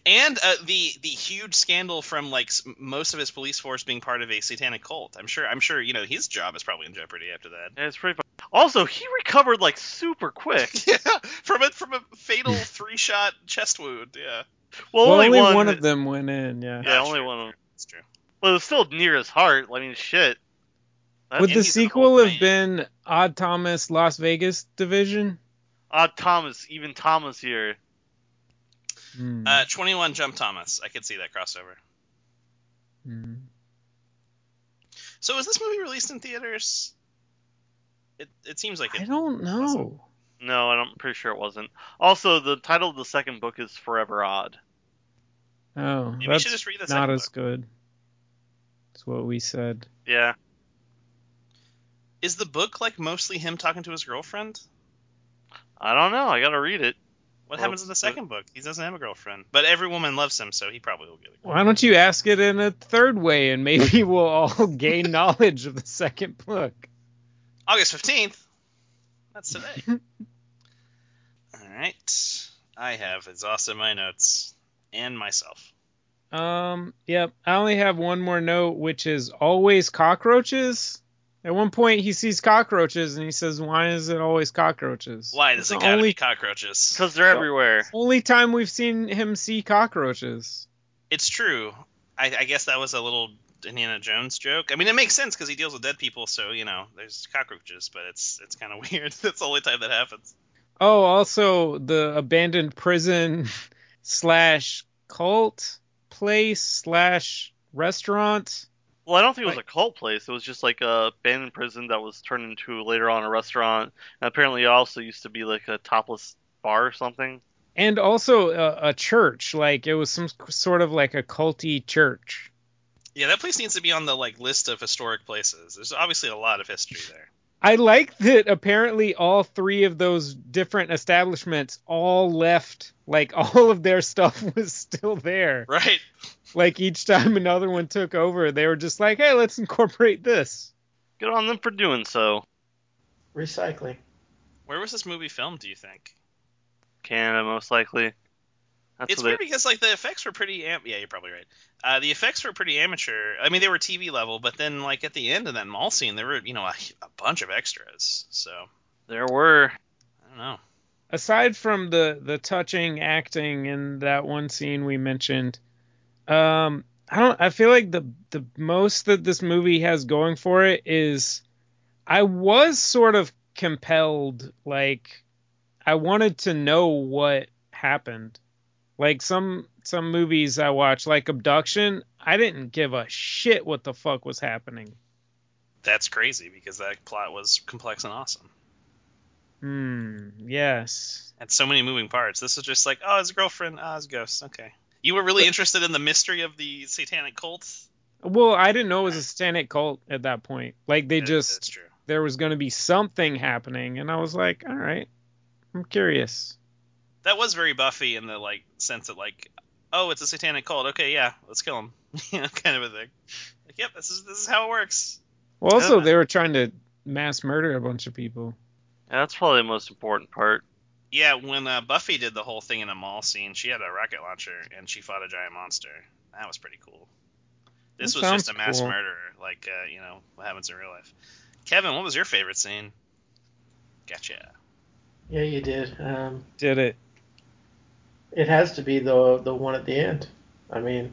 D: And uh, the the huge scandal from like s- most of his police force being part of a satanic cult. I'm sure. I'm sure. You know, his job is probably in jeopardy after that.
B: yeah, it's pretty. Fun. Also, he recovered like super quick.
D: yeah, from a from a fatal three shot chest wound. Yeah.
B: Well,
A: Well,
B: only, one,
A: of them went in. Yeah.
B: Yeah,
D: That's
B: only
D: true.
B: one of them.
D: That's true.
B: Well, it was still near his heart. I mean, shit. That's
A: Would the
D: Indy's an
A: sequel
D: old
A: have
D: man.
A: been Odd Thomas Las Vegas Division?
B: odd Thomas, even Thomas here.
A: Hmm,
D: Uh, 21 Jump Thomas. I could see that crossover.
A: hmm.
D: So was this movie released in theaters? It, it seems like
A: I
D: it.
A: don't know.
B: No, I'm pretty sure it wasn't. Also, the title of the second book is Forever Odd.
A: Oh,
D: Maybe we
A: that's
D: should just read the
A: not
D: second
A: as
D: book.
A: good. That's what we said.
B: Yeah.
D: Is the book like mostly him talking to his girlfriend?
B: I don't know. I gotta read it.
D: What
B: Well,
D: happens in the second book? He doesn't have a girlfriend, but every woman loves him, so he probably will get a
A: Why don't you ask it in a third way, and maybe we'll all gain knowledge of the second book.
D: August 15th. That's today. All right. I have exhausted my notes and myself.
A: Um, yep. I only have one more note, which is always cockroaches. At one point, he sees cockroaches and he says, "Why is it always cockroaches?"
D: Why does it
A: It's
D: gotta
A: only
D: be cockroaches?
B: Because they're everywhere.
A: only time we've seen him see cockroaches?
D: It's true. I, I guess that was a little Indiana Jones joke. I mean, it makes sense because he deals with dead people, so you know, there's cockroaches. But it's it's kind of weird. That's the only time that happens.
A: Oh, also the abandoned prison slash cult place slash restaurant.
B: Well, I don't think it was a cult place. It was just like a abandoned prison that was turned into later on a restaurant. And apparently, it also used to be like a topless bar or something.
A: And also a, a church, like it was some sort of like a culty church.
D: Yeah, that place needs to be on the like list of historic places. There's obviously a lot of history there.
A: I like that apparently all three of those different establishments all left like all of their stuff was still there.
D: Right.
A: Like each time another one took over, they were just like, "Hey, let's incorporate this."
B: Good on them for doing so.
C: Recycling.
D: Where was this movie filmed? Do you think?
B: Canada, most likely. That's
D: it's
B: what
D: weird
B: they-
D: because like the effects were pretty am- yeah you're probably right uh, the effects were pretty amateur i mean they were tv level but then like at the end of that mall scene there were you know a, a bunch of extras so
B: there were.
D: i don't know
A: Aside from the the touching acting in that one scene we mentioned, um I don't I feel like the the most that this movie has going for it is I was sort of compelled like I wanted to know what happened. Like some some movies I watch like Abduction, I didn't give a shit what the fuck was happening.
D: that's crazy because that plot was complex and awesome
A: Hmm, yes.
D: and so many moving parts this was just like oh his girlfriend oh his ghost okay you were really interested in the mystery of the satanic cult
A: Well, I didn't know it was a satanic cult at that point. Like they
D: That-
A: just
D: that's true
A: there was going to be something happening and i was like all right i'm curious
D: that was very buffy in the like sense that like oh it's a satanic cult okay yeah let's kill him you know kind of a thing like yep this is this is how it works
A: well also
B: Yeah.
A: they were trying to mass murder a bunch of people
B: Yeah, that's probably the most important part.
D: Yeah, when uh, Buffy did the whole thing in a mall scene, she had a rocket launcher and she fought a giant monster. That was pretty cool. This
A: That
D: was just a
A: sounds
D: mass
A: cool.
D: murderer, like uh, you know what happens in real life. Kevin, what was your favorite scene? Gotcha.
C: Yeah, you did. Um,
A: did it
C: it has to be the the one at the end. I mean,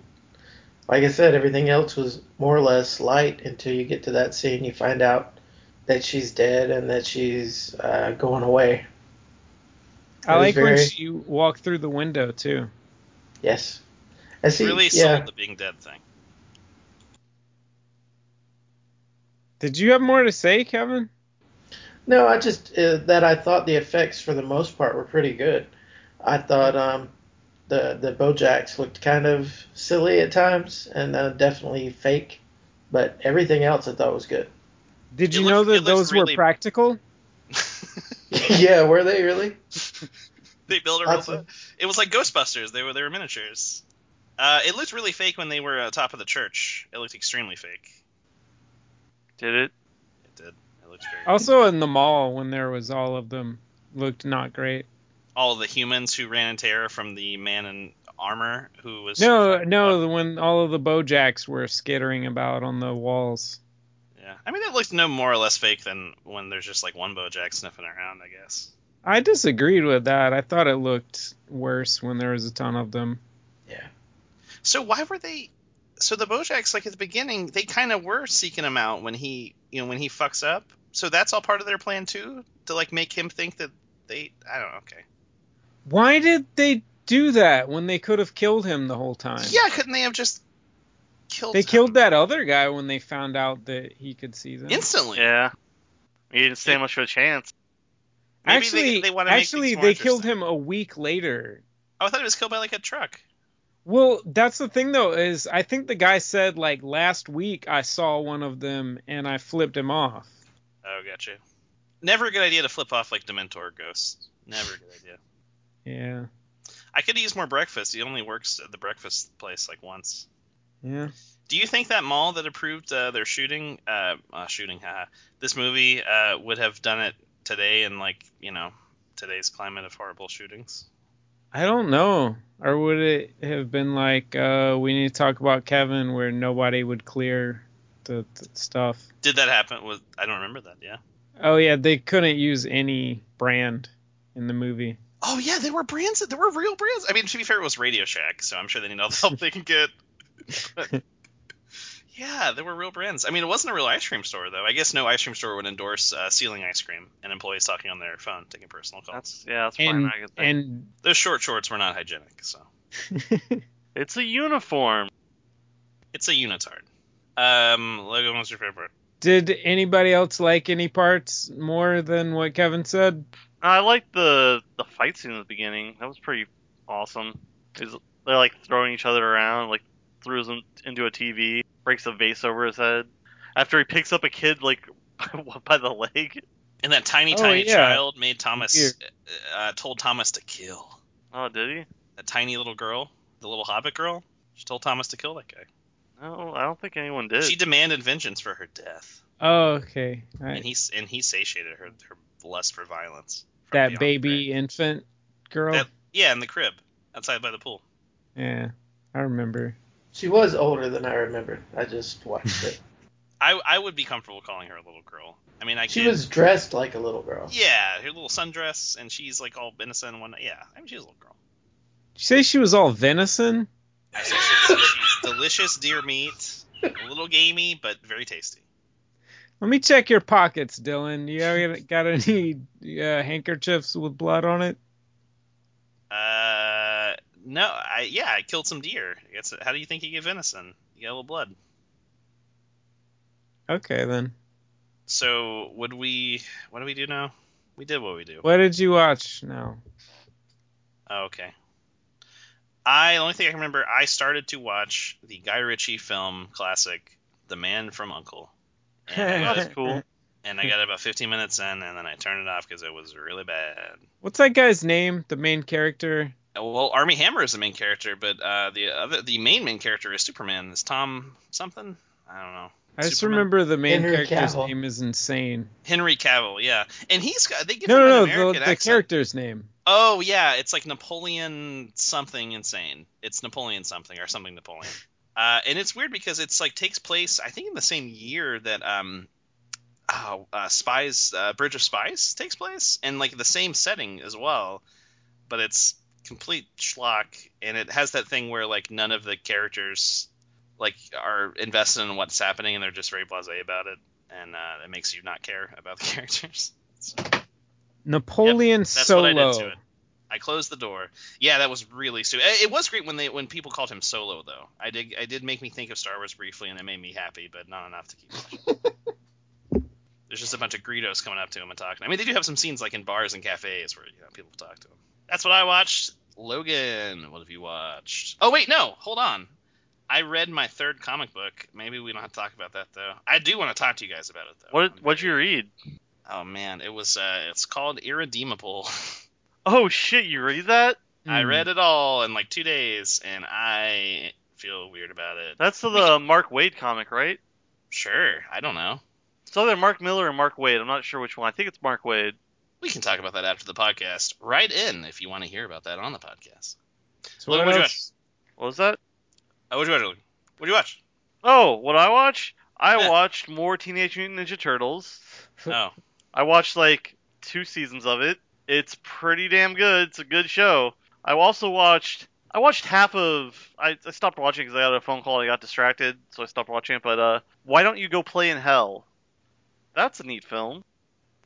C: like I said, everything else was more or less light until you get to that scene. You find out that she's dead and that she's uh, going away.
A: i
C: It was
A: like when
C: very-
A: she walked through the window too
C: Yes. I see.
D: really
C: yeah.
D: sold the being dead thing.
A: did you have more to say kevin
C: No, I just uh, that I thought the effects for the most part were pretty good. I thought um, the the Bojacks looked kind of silly at times and uh, definitely fake, but everything else I thought was good.
A: did
D: It
A: you
D: looked-
A: know
D: it
A: that
D: looked
A: those
D: really-
A: were practical
C: yeah, were they really?
D: they built a real.
C: Awesome.
D: It was like Ghostbusters. They were they were miniatures. Uh, it looked really fake when they were on top of the church. It looked extremely fake.
B: Did it?
D: It did. It looked very.
A: also in the mall when there was all of them looked not great
D: All the humans who ran in terror from the man in armor who was.
A: no no the when all of the bojacks were skittering about on the walls
D: Yeah, I mean that looks no more or less fake than when there's just like one BoJack sniffing around. I guess.
A: i disagreed with that i thought it looked worse when there was a ton of them
D: So why were they? So the Bojacks, like at the beginning, they kind of were seeking him out when he, you know, when he fucks up. So that's all part of their plan too, to like make him think that they. I don't know. Okay.
A: Why did they do that when they could have killed him the whole time?
D: Yeah, couldn't they have just killed?
A: They
D: him
A: killed that other guy when they found out that he could see them.
D: instantly.
B: Yeah. He didn't stand much of a chance.
D: Maybe
A: actually,
D: they, they want to
A: actually, they killed him a week later.
D: Oh, I thought he was killed by like a truck.
A: Well, that's the thing though is I think the guy said like last week I saw one of them and I flipped him off.
D: Oh, gotcha. Never a good idea to flip off like Dementor ghosts. Never a good idea.
A: Yeah.
D: I could use more breakfast. He only works at the breakfast place like once.
A: Yeah.
D: Do you think that mall that approved uh, their shooting, uh, uh, shooting, haha, this movie uh, would have done it today in like you know today's climate of horrible shootings?
A: I don't know. Or would it have been like uh we need to talk about Kevin where nobody would clear the, the stuff.
D: Did that happen? With I don't remember that. Yeah.
A: Oh yeah, they couldn't use any brand in the movie.
D: Oh yeah, there were brands. There were real brands. I mean, to be fair, it was Radio Shack, so I'm sure they need all the help they can get. But, yeah, there were real brands. I mean, it wasn't a real ice cream store though. I guess no ice cream store would endorse uh, ceiling ice cream and employees talking on their phone taking personal calls.
B: That's yeah, that's probably
A: And
B: not a good thing.
A: and
D: Those short shorts were not hygienic, so.
B: It's a uniform.
D: It's a unitard. Um, Logan, what's your favorite?
A: did anybody else like any parts more than what Kevin said?
B: I like the the fight scene in the beginning. That was pretty awesome. Is they're like throwing each other around, like throws him into a TV, breaks a vase over his head. After he picks up a kid like by the leg.
D: And that tiny,
A: Oh,
D: tiny
A: yeah.
D: child made Thomas,
A: Here.
D: uh, told Thomas to kill.
B: Oh, did he?
D: That tiny little girl, the little hobbit girl, she told Thomas to kill that guy.
B: No, I don't think anyone did.
D: She demanded vengeance for her death,
A: Oh, okay.
D: and
A: I,
D: he and he satiated her her lust for violence. from
A: that
D: beyond
A: baby
D: grave.
A: infant girl.
D: That- yeah, in the crib outside by the pool.
A: Yeah, I remember.
C: She was older than I remembered. I just watched it.
D: I I would be comfortable calling her a little girl. I mean, I
C: She
D: get-
C: was dressed like a little girl.
D: Yeah, her little sundress, and she's like all innocent and whatnot. Yeah, I mean, she's a little girl.
A: Did you say she was all venison?
D: I said she's, she's delicious deer meat, a little gamey, but very tasty.
A: Let me check your pockets, Dylan. You ever got any uh, handkerchiefs with blood on it?
D: Uh, no, I yeah, I killed some deer. I guess, how do you think you get venison? You get a little blood.
A: Okay, then.
D: So would we? What do we do now? We did what we do.
A: What did you watch now?
D: Oh, okay. I the only thing I can remember. I started to watch the Guy Ritchie film classic, The Man from U.N.C.L.E. And I,
B: That
D: got,
B: was cool.
D: and I got about 15 minutes in, and then I turned it off because it was really bad.
A: What's that guy's name? The main character?
D: Well, Army Hammer is the main character, but uh, the other, the main main character is Superman. Is Tom something? I don't know.
A: I just
D: Superman?
A: remember the main
C: Henry
A: character's
C: Cavill.
A: name is insane.
D: Henry Cavill, yeah, and he's got they give
A: No,
D: him
A: no,
D: an
A: no,
D: American
A: the, the
D: accent.
A: character's name.
D: Oh yeah, it's like Napoleon something insane. It's Napoleon something or something Napoleon. Uh, and it's weird because it's like takes place I think in the same year that um, oh, uh, Spies uh, Bridge of Spies takes place, and like the same setting as well, but it's complete schlock, and it has that thing where like none of the characters like are invested in what's happening, and they're just very blasé about it, and uh, it makes you not care about the characters.
A: Napoleon
D: That's
A: Solo.
D: what I did to it. I closed the door. Yeah, that was really stupid. It it was great when they when people called him Solo though. I did I did make me think of Star Wars briefly, and it made me happy, but not enough to keep watching. There's just a bunch of Greedos coming up to him and talking. I mean, they do have some scenes like in bars and cafes where you know people talk to him. That's what I watched. Logan, what have you watched? Oh wait, no, hold on. I read my third comic book. Maybe we don't have to talk about that though. I do want to talk to you guys about it though.
B: What what'd you read?
D: Oh man, it was uh, it's called Irredeemable.
B: Oh shit, you read that?
D: I
A: Hmm.
D: read it all in like two days, and I feel weird about it.
B: That's the Mark Wade comic, right?
D: Sure, I don't know.
B: It's either Mark Miller or Mark Wade. I'm not sure which one. I think it's Mark Wade.
D: We can talk about that after the podcast. Write in if you want to hear about that on the podcast.
A: So
D: Logan,
A: what
D: what'd you
A: else?
B: What was that?
D: Oh, what'd you watch? Logan? What'd you watch?
B: Oh, what I watch?
D: Yeah.
B: I watched more Teenage Mutant Ninja Turtles.
D: Oh,
B: I watched like two seasons of it. It's pretty damn good. It's a good show. I also watched I watched half of. I, I stopped watching because I got a phone call. and I got distracted, so I stopped watching it. But uh, why don't you go play in hell? That's a neat film,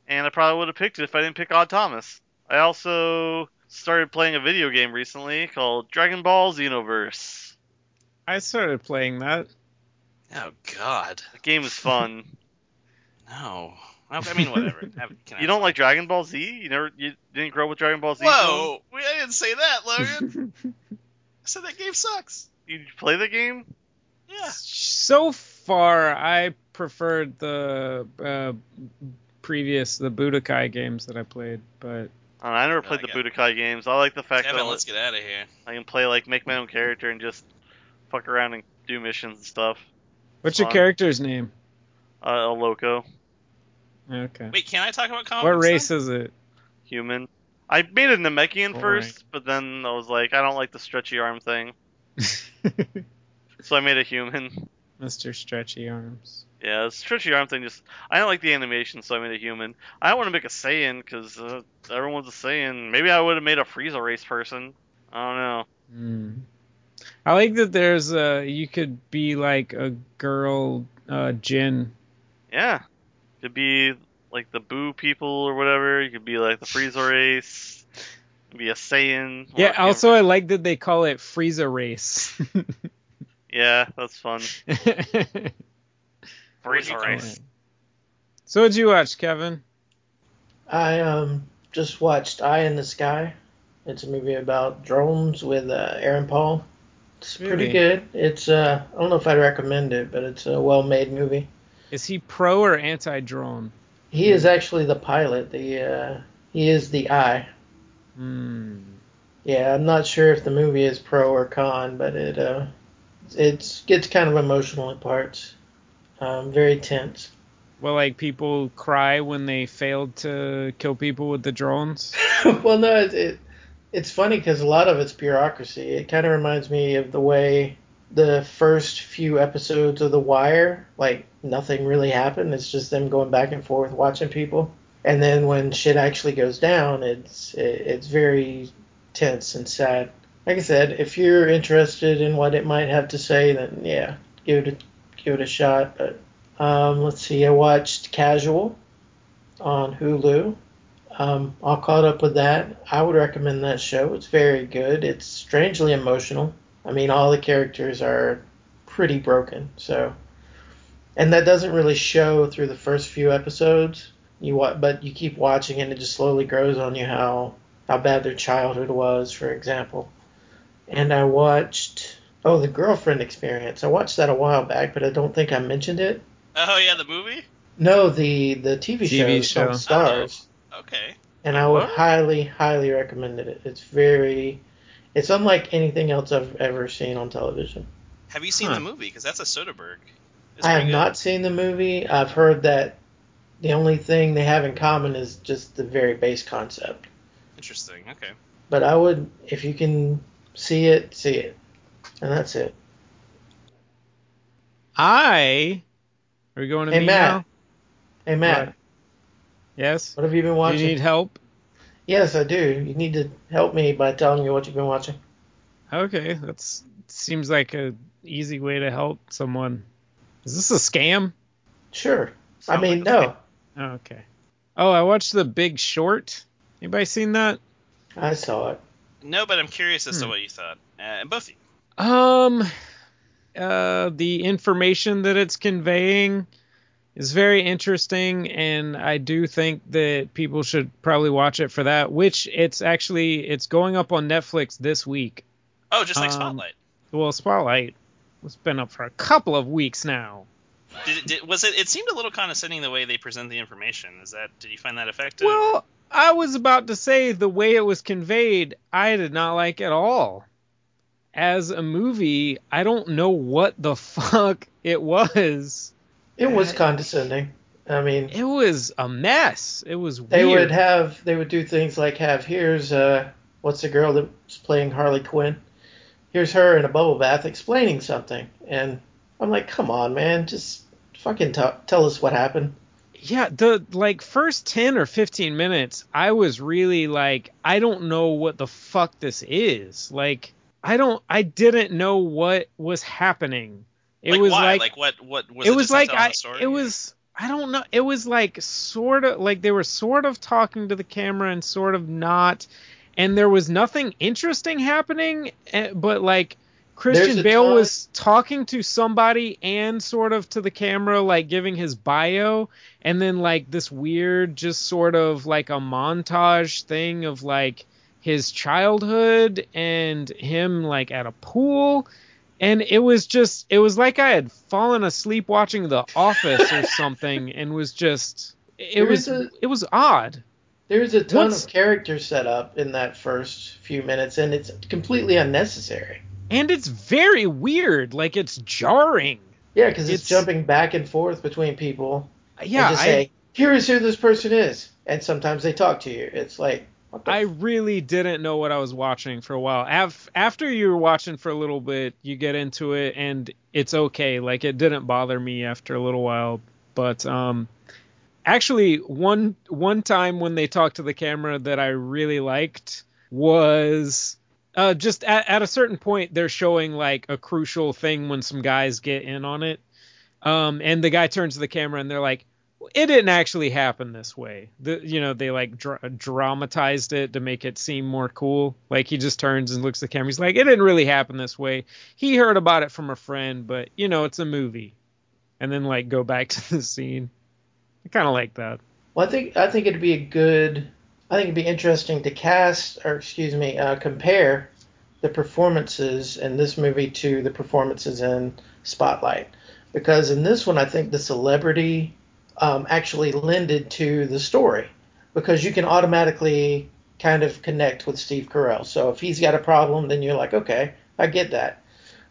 B: and I probably would have picked it if I didn't pick Odd Thomas. I also started playing a video game recently called Dragon Ball Xenoverse.
A: I started playing that.
D: Oh God,
B: The game is fun.
D: no. I I mean, whatever. Have- can I-
B: you don't like Dragon Ball Z? You never you didn't grow up with Dragon Ball Z? Dylan?
D: Whoa! Wait, I didn't say that, Logan. I said that game sucks.
B: You play the game?
D: Yeah.
A: so far, I preferred the uh, previous the Budokai games that I played, but
B: I, don't know, I never
D: I
B: played
D: got
B: the Budokai games. I like the fact
D: Kevin,
B: that
D: let's get out of here.
B: I can play like make my own character and just fuck around and do missions and stuff.
A: what's your
B: Fun.
A: character's name?
B: Uh, a loco
A: Okay.
D: Wait, can I talk about comics?
A: What
D: now?
A: race is it?
B: human. I made a Namekian
A: Alright.
B: first, but then I was like, I don't like the stretchy arm thing, so I made a human.
A: Mr. Stretchy Arms.
B: Yeah, the stretchy arm thing just I don't like the animation, so I made a human. I don't want to make a Saiyan because uh, everyone's a Saiyan. Maybe I would have made a Frieza race person. I don't know.
A: Hmm. I like that there's a you could be like a girl uh Jin.
B: Yeah. Could be like the Boo people or whatever. You could be like the Frieza race. Could be a Saiyan. or
A: Yeah,
B: a
A: also I
B: Hammer.
A: like that they call it Frieza race.
B: Yeah, that's fun.
D: Where'd you
B: Frieza
D: go?
B: race.
A: So what'd you watch, Kevin?
C: I um just watched Eye in the Sky. It's a movie about drones with uh, Aaron Paul. It's
A: Really?
C: pretty good. It's uh I don't know if I'd recommend it, but it's a well-made movie.
A: Is he pro or anti drone?
C: He is actually the pilot. The uh, he is the eye.
A: Hmm.
C: Yeah, I'm not sure if the movie is pro or con, but it uh, it's gets kind of emotional at parts. Um, very tense.
A: Well, like people cry when they failed to kill people with the drones.
C: well, no, it, it it's funny because a lot of it's bureaucracy. It kind of reminds me of the way the first few episodes of The Wire, like nothing really happened. It's just them going back and forth watching people, and then when shit actually goes down, it's it, it's very tense and sad. Like I said, if you're interested in what it might have to say, then yeah, give it a, give it a shot. But um, let's see, I watched Casual on Hulu. Um, all caught up with that. I would recommend that show. It's very good. It's strangely emotional. I mean, all the characters are pretty broken. So, and that doesn't really show through the first few episodes. You wa- but you keep watching, and it just slowly grows on you how how bad their childhood was, for example. And I watched oh the girlfriend experience. I watched that a while back, but I don't think I mentioned it.
D: Oh yeah, the movie.
C: No, the the TV,
A: TV
C: show, is
A: show.
C: called Stars
D: Okay.
C: and I would
B: What?
C: highly, highly recommend it. It's very, it's unlike anything else I've ever seen on television.
D: Have you seen
A: Huh.
D: the movie? Because that's a Soderbergh. It's
C: I have
D: pretty good.
C: not seen the movie. I've heard that the only thing they have in common is just the very base concept.
D: Interesting. Okay.
C: But I would, if you can see it, see it, and that's it.
A: I are we going to
C: Hey,
A: me
C: Matt.
A: now?
C: Hey Matt,
A: What? Yes.
C: what have you been
A: Do you
C: watching?
A: need help?
C: yes, I do. You need to help me by telling me what you've been watching.
A: Okay, that's seems like a easy way to help someone. Is this a scam?
C: Sure. I
D: Sounds
C: mean,
D: like a
C: no,
A: Oh, okay. Oh, I watched The Big Short. Anybody seen that?
C: I saw it.
D: No, but I'm curious as to
A: Hmm.
D: what you thought. Uh, and both of you.
A: Um, uh, the information that it's conveying is very interesting, and I do think that people should probably watch it for that. Which it's actually it's going up on Netflix this week.
D: Oh, just like
A: Um,
D: Spotlight.
A: Well, Spotlight has been up for a couple of weeks now.
D: Did, it- did, was it? It seemed a little condescending the way they present the information. Is that? Did you find that effective?
A: Well, I was about to say the way it was conveyed, I did not like at all. As a movie, I don't know what the fuck it was.
C: It was
A: Uh,
C: condescending. I mean,
A: It was a mess. It was
C: They
A: weird.
C: would have they would do things like have here's uh what's the girl that's playing Harley Quinn? Here's her in a bubble bath explaining something, and I'm like, come on, man, just fucking t- tell us what happened.
A: yeah, the like first 10 or 15 minutes, I was really like I don't know what the fuck this is. Like I don't I didn't know what was happening. It
D: like,
A: was
D: why?
A: like,
D: what what was
A: it,
D: it,
A: was
D: just not
A: like
D: telling
A: I
D: the story?
A: it was I don't know it was like sort of like they were sort of talking to the camera and sort of not and there was nothing interesting happening eh, but like Christian
C: a
A: Bale
C: ton-
A: was talking to somebody and sort of to the camera like giving his bio and then like this weird just sort of like a montage thing of like his childhood and him like at a pool and it was just it was like i had fallen asleep watching the office or something and was just it
C: There
A: was
C: is a-
A: it was odd
C: There's a ton
A: What's-
C: of character set up in that first few minutes, and it's completely unnecessary.
A: and it's very weird like it's jarring
C: Yeah, because it's,
A: It's-
C: jumping back and forth between people.
A: yeah
C: and just
A: I,
C: say, here is who this person is, and sometimes they talk to you. It's like, what the
A: I really didn't know what I was watching for a while. Af- after you were watching for a little bit, you get into it and it's okay. Like it didn't bother me after a little while, but um actually one one time when they talked to the camera that I really liked was uh just at, at a certain point they're showing like a crucial thing when some guys get in on it. Um and the guy turns to the camera and they're like it didn't actually happen this way. The, you know, they like dr- dramatized it to make it seem more cool. Like he just turns and looks at the camera. He's like, it didn't really happen this way. He heard about it from a friend, but you know, it's a movie. And then like go back to the scene. I kind of like that.
C: Well, I think I think it'd be a good. I think it'd be interesting to cast, or excuse me, uh, compare the performances in this movie to the performances in Spotlight, because in this one I think the celebrity um, actually lended to the story, because you can automatically kind of connect with Steve Carell. So if he's got a problem, then you're like, okay, I get that.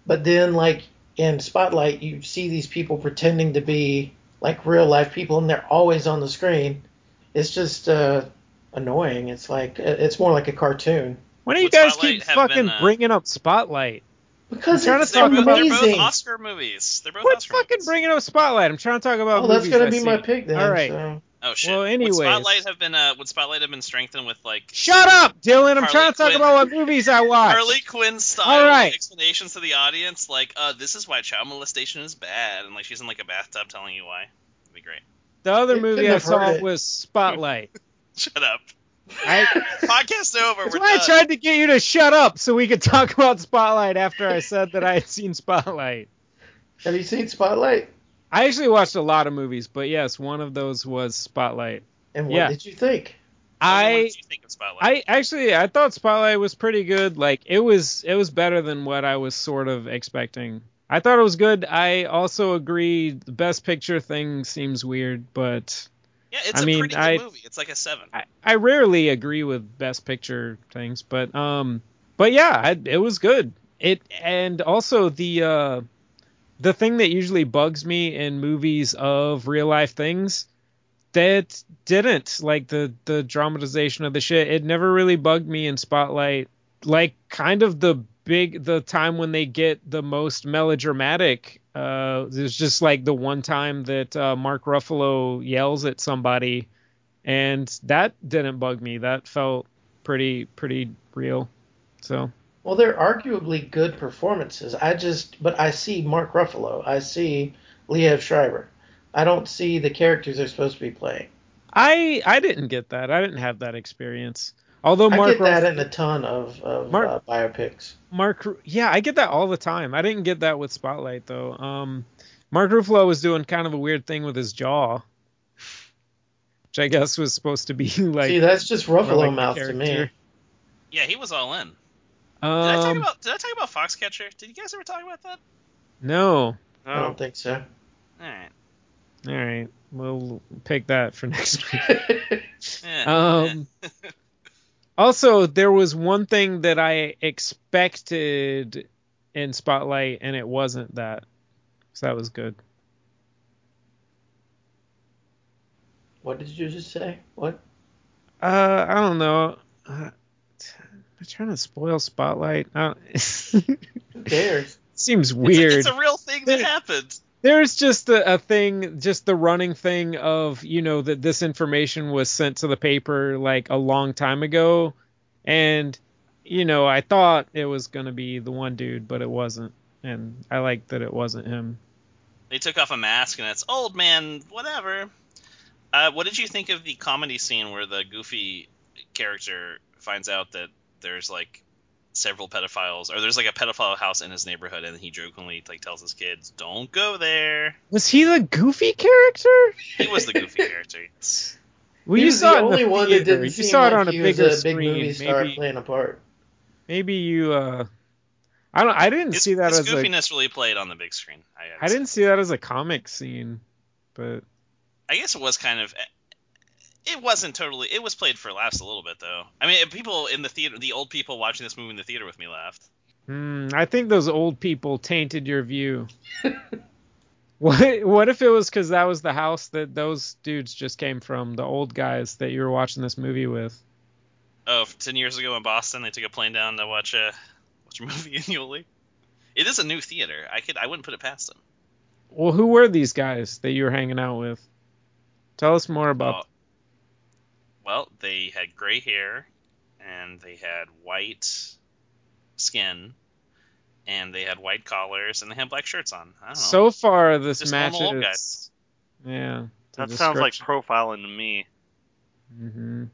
C: But then like in Spotlight, you see these people pretending to be like real life people and they're always on the screen it's just uh annoying it's like it's more like a cartoon
A: Why don't you
D: Would
A: guys
D: Spotlight
A: keep
D: have
A: fucking
D: been, uh,
A: bringing up Spotlight?
C: because
A: I'm trying to
C: it's
D: They're,
A: talk
D: both,
A: about-
D: they're both
C: amazing
D: Oscar movies. They're both
A: Quit
D: Oscar
A: fucking
D: movies.
A: bringing up Spotlight. I'm trying to talk about
C: well Oh, that's
A: movies
C: gonna
A: I
C: be
A: see.
C: my pick then
A: All right.
C: so.
D: Oh shit.
A: Well, anyways.
D: would Spotlight have been uh, would Spotlight have been strengthened with like
A: Shut up, Dylan. I'm
D: Harley
A: trying to talk
D: Quinn.
A: about what movies I watch.
D: Harley Quinn
A: All
D: style
A: right.
D: explanations to the audience, like uh, this is why child molestation is bad, and like she's in like a bathtub telling you why. That'd be great.
A: The other
C: You couldn't
A: movie I
C: have
A: saw
C: heard it.
A: was Spotlight.
D: Shut up.
A: I,
D: Podcast over.
A: That's
D: we're
A: why
D: done.
A: I tried to get you to shut up so we could talk about Spotlight after I said that I had seen Spotlight.
C: have you seen spotlight
A: I actually watched a lot of movies, but yes, one of those was Spotlight.
C: and what
A: Yeah.
C: did you think
D: What
A: I
D: did you think of Spotlight?
A: I actually I thought Spotlight was pretty good. Like it was it was better than what I was sort of expecting. I thought it was good. I also agree the best picture thing seems weird, but
D: yeah, it's
A: I
D: a
A: mean,
D: pretty
A: I-
D: good movie. It's like a seven.
A: I, I rarely agree with best picture things, but um, but yeah, I, it was good. It and also the uh, the thing that usually bugs me in movies of real life things that didn't like the the dramatization of the shit. It never really bugged me in Spotlight. Like kind of the big the time when they get the most melodramatic. Uh, there's just like the one time that uh, Mark Ruffalo yells at somebody and that didn't bug me. That felt pretty pretty real. So
C: well they're arguably good performances i just but i see mark ruffalo i see liev schreiber i don't see the characters they're supposed to be playing
A: I I didn't get that. I didn't have that experience. Although
C: i
A: Mark
C: get that
A: Ruff-
C: in a ton of, of
A: Mark-
C: uh, biopics
A: Mark yeah I get that all the time. I didn't get that with Spotlight though. Um, Mark Ruffalo was doing kind of a weird thing with his jaw, which I guess was supposed to be like
C: see that's just
A: more
C: ruffalo
A: like the
C: mouth to me
A: character.
D: Yeah, he was all in. Did I talk
A: Um,
D: about Did I talk about Foxcatcher? Did you guys ever talk about that?
A: no.
C: i
B: No.
A: Oh.
C: don't think so
D: All right.
A: All right, we'll pick that for next week.
D: Yeah,
A: Um, also, there was one thing that I expected in Spotlight, and it wasn't that. So that was good.
C: what did you just say what
A: Uh, I don't know. Uh, I'm trying to spoil Spotlight. I don't-
C: Who cares?
A: Seems
D: It's a-
A: weird.
D: It's a, real thing that happened.
A: There's just a, a thing, just the running thing of, you know, that this information was sent to the paper like a long time ago. And you know, I thought it was gonna be the one dude, but it wasn't, and I liked that it wasn't him.
D: They took off a mask, and it's old man, whatever. Uh, what did you think of the comedy scene where the goofy character finds out that there's like several pedophiles, or there's like a pedophile house in his neighborhood, and he jokingly like tells his kids, "Don't go there."
A: Was he the goofy character?
D: He was the goofy character.
A: Well,
C: he
A: you
C: was
A: saw
C: the
A: it in
C: only
A: the
C: one
A: theater.
C: that didn't
A: You
C: seem
A: saw it
C: like
A: on a
C: he
A: bigger
C: was a big
A: screen.
C: movie star
A: Maybe-
C: playing a part.
A: Maybe you. uh I don't. I didn't
D: His,
A: see that
D: his
A: as a.
D: goofiness really played on the big screen. I,
A: I didn't see that as a comic scene, but
D: I guess it was kind of. eh, It wasn't totally. It was played for laughs a little bit though. I mean, eh, people in the theater, the old people watching this movie in the theater with me laughed.
A: Hmm, I think those old people tainted your view. what What if it was because that was the house that those dudes just came from, the old guys that you were watching this movie with?
D: Oh, f- 10 years ago in Boston, they took a plane down to watch a watch a movie in Yulee. It is a new theater. I could I wouldn't put it past them.
A: Well, who were these guys that you were hanging out with? Tell us more
D: Well,
A: about.
D: well, they had gray hair, and they had white skin, and they had white collars, and they had black shirts on. I don't know.
A: so far, this
D: Just normal old
A: matches. Yeah. the
B: That sounds like
A: description.
B: profiling to me.
A: Mhm.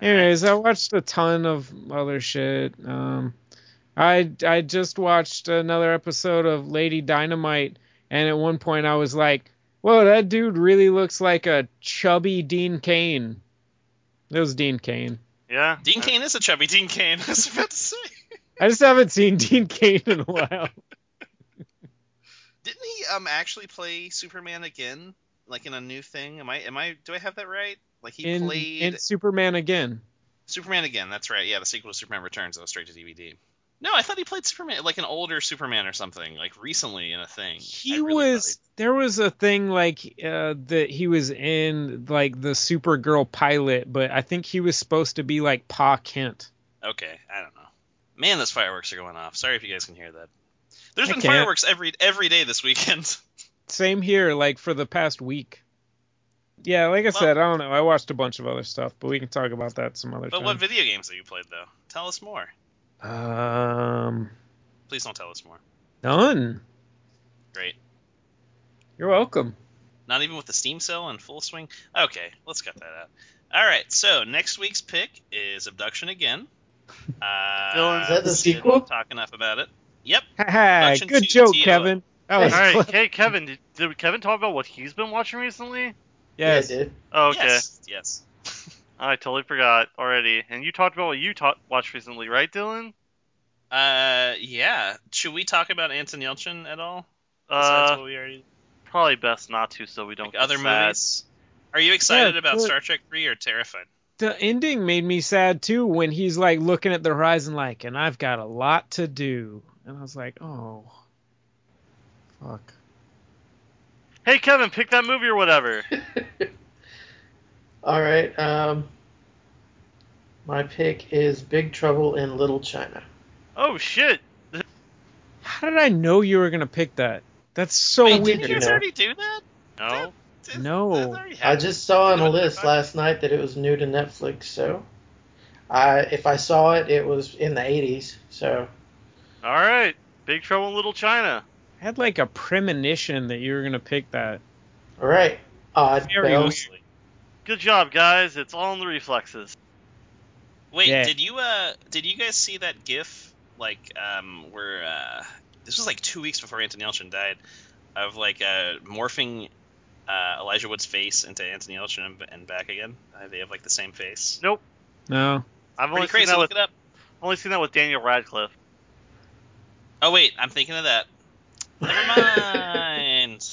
A: Anyways, I watched a ton of other shit. Um, I I just watched another episode of Lady Dynamite, and at one point I was like, "Whoa, that dude really looks like a chubby Dean Kane." It was Dean Kane.
B: Yeah.
D: Dean
A: Uh,
D: Kane is a chubby Dean Kane. I was about to say.
A: I just haven't seen Dean Kane in a while.
D: Didn't he um actually play Superman again, like in a new thing? Am I am I do I have that right? Like he
A: in,
D: played
A: in Superman again.
D: Superman again. That's right. Yeah, the sequel to Superman Returns that was straight to DVD. No, I thought he played Superman, like an older Superman or something, like recently in a thing. I
A: He
D: really
A: was
D: thought
A: there was a thing like uh, that he was in like the Supergirl pilot, but I think he was supposed to be like Pa Kent.
D: he- Okay, I don't know. Man, those fireworks are going off. Sorry if you guys can hear that. There's
A: I
D: been
A: can't.
D: fireworks every every day this weekend.
A: same here like for the past week yeah like i said i don't know i watched a bunch of other stuff but we can talk about that some other
D: but
A: time
D: what video games have you played though? Tell us more.
A: um
D: Please don't tell us more.
A: none
D: Great.
A: you're welcome
D: Not even with the Steam sale in full swing. Okay, let's cut that out. All right, so next week's pick is Abduction Again. Uh,
B: Dylan,
C: is that the
D: we didn't
C: sequel?
D: Talk enough about it. Yep.
A: Ha
D: Action
A: good
D: two,
A: joke
D: Tito.
A: kevin that
B: All
A: was
B: right. Hey, Kevin. Did, did Kevin talk about what he's been watching recently?
A: yes
C: Yeah, dude.
B: Oh, okay.
D: Yes. Yes.
B: I totally forgot already. And you talked about what you ta- watched recently, right, Dylan?
D: Uh, yeah. Should we talk about Anton Yelchin at all? Besides
B: Uh,
D: what we already
B: probably best not to, so we don't.
D: like
B: get
D: other
B: sad.
D: movies. Are you excited
A: Yeah,
D: about
A: good.
D: Star Trek Three or terrified?
A: the ending made me sad too when he's like looking at the horizon like and i've got a lot to do and i was like oh fuck
B: Hey, Kevin, pick that movie or whatever.
C: All right. Um, my pick is Big Trouble in Little China.
B: oh shit.
A: how did i know you were gonna pick that that's so
D: Wait,
A: weird
D: didn't you
C: know.
D: already do that?
B: Oh, No.
D: Did-
A: No.
D: that already
C: I
D: happened?
C: just saw on a
D: What the
C: list
D: fuck?
C: last night that it was new to Netflix, so I if I saw it, it was in the 80s. So
B: All right. Big Trouble in Little China.
A: i had like a premonition that you were gonna pick that
C: all right, odd
A: Very
C: Bell.
A: weird.
B: Good job, guys. It's all in the reflexes.
D: Wait,
A: Yeah.
D: did you uh did you guys see that GIF like um where uh this was like two weeks before Anton Yelchin died of like uh morphing uh, Elijah Wood's face into Anton Yelchin and- and back again? Uh, they have like the same face.
A: no
B: I've only
D: Pretty
B: seen
D: crazy.
B: that
D: Look
B: with
D: it up.
B: only seen that with Daniel Radcliffe.
D: Oh wait, I'm thinking of that. Never mind.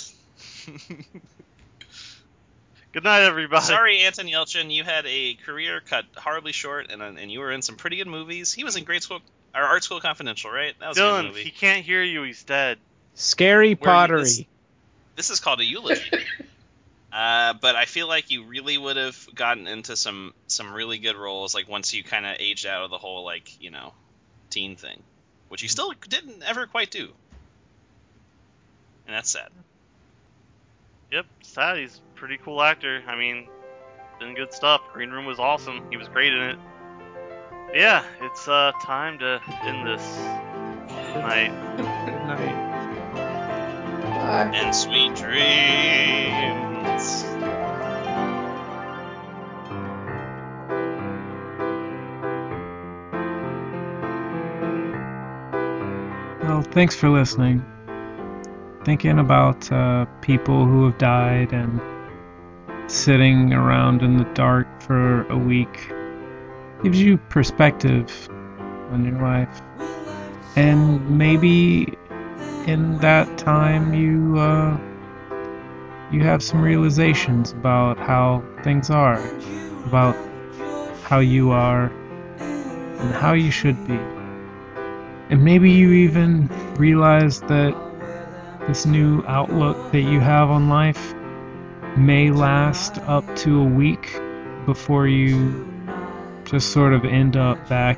B: Good night, everybody.
D: Sorry, Anton Yelchin, you had a career cut horribly short, and and you were in some pretty good movies. He was in Great School or Art School Confidential, right? That was a good
B: Dylan,
D: movie.
B: he can't hear you. He's dead.
A: Scary
D: Where you
A: pottery.
D: just- This is called a eulogy. Uh, but I feel like you really would have gotten into some some really good roles, like once you kind of aged out of the whole like you know teen thing, which you still didn't ever quite do, and that's sad.
B: Yep. Sad. He's a pretty cool actor. I mean, been good stuff. Green Room was awesome. He was great in it. yeah, it's uh, time to end this night.
A: Good night.
C: Bye.
D: and sweet dreams.
A: Well, thanks for listening. Thinking about uh, people who have died and sitting around in the dark for a week gives you perspective on your life. And maybe in that time you uh, you have some realizations about how things are, about how you are, and how you should be. And maybe you even realize that this new outlook that you have on life may last up to a week before you just sort of end up back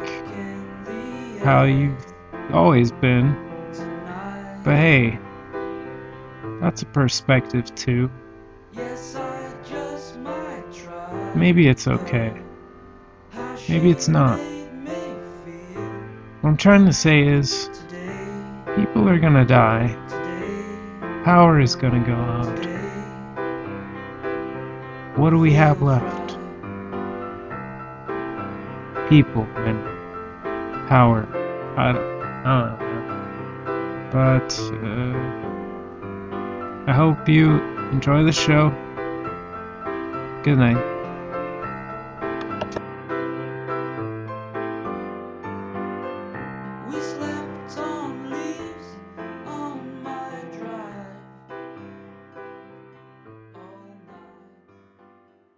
A: how you've always been. But hey, that's a perspective too.
E: Yes, I just might try.
A: Maybe it's okay.
E: How
A: maybe it's
E: she
A: not.
E: made me feel
A: What I'm trying to say is
E: Today,
A: people are gonna die,
E: today,
A: power is gonna go out.
E: today.
A: What do we have left? People and power. I don't, I don't know. But uh, I hope you enjoy the show. Good night.
E: We slept on leaves on my drive all night.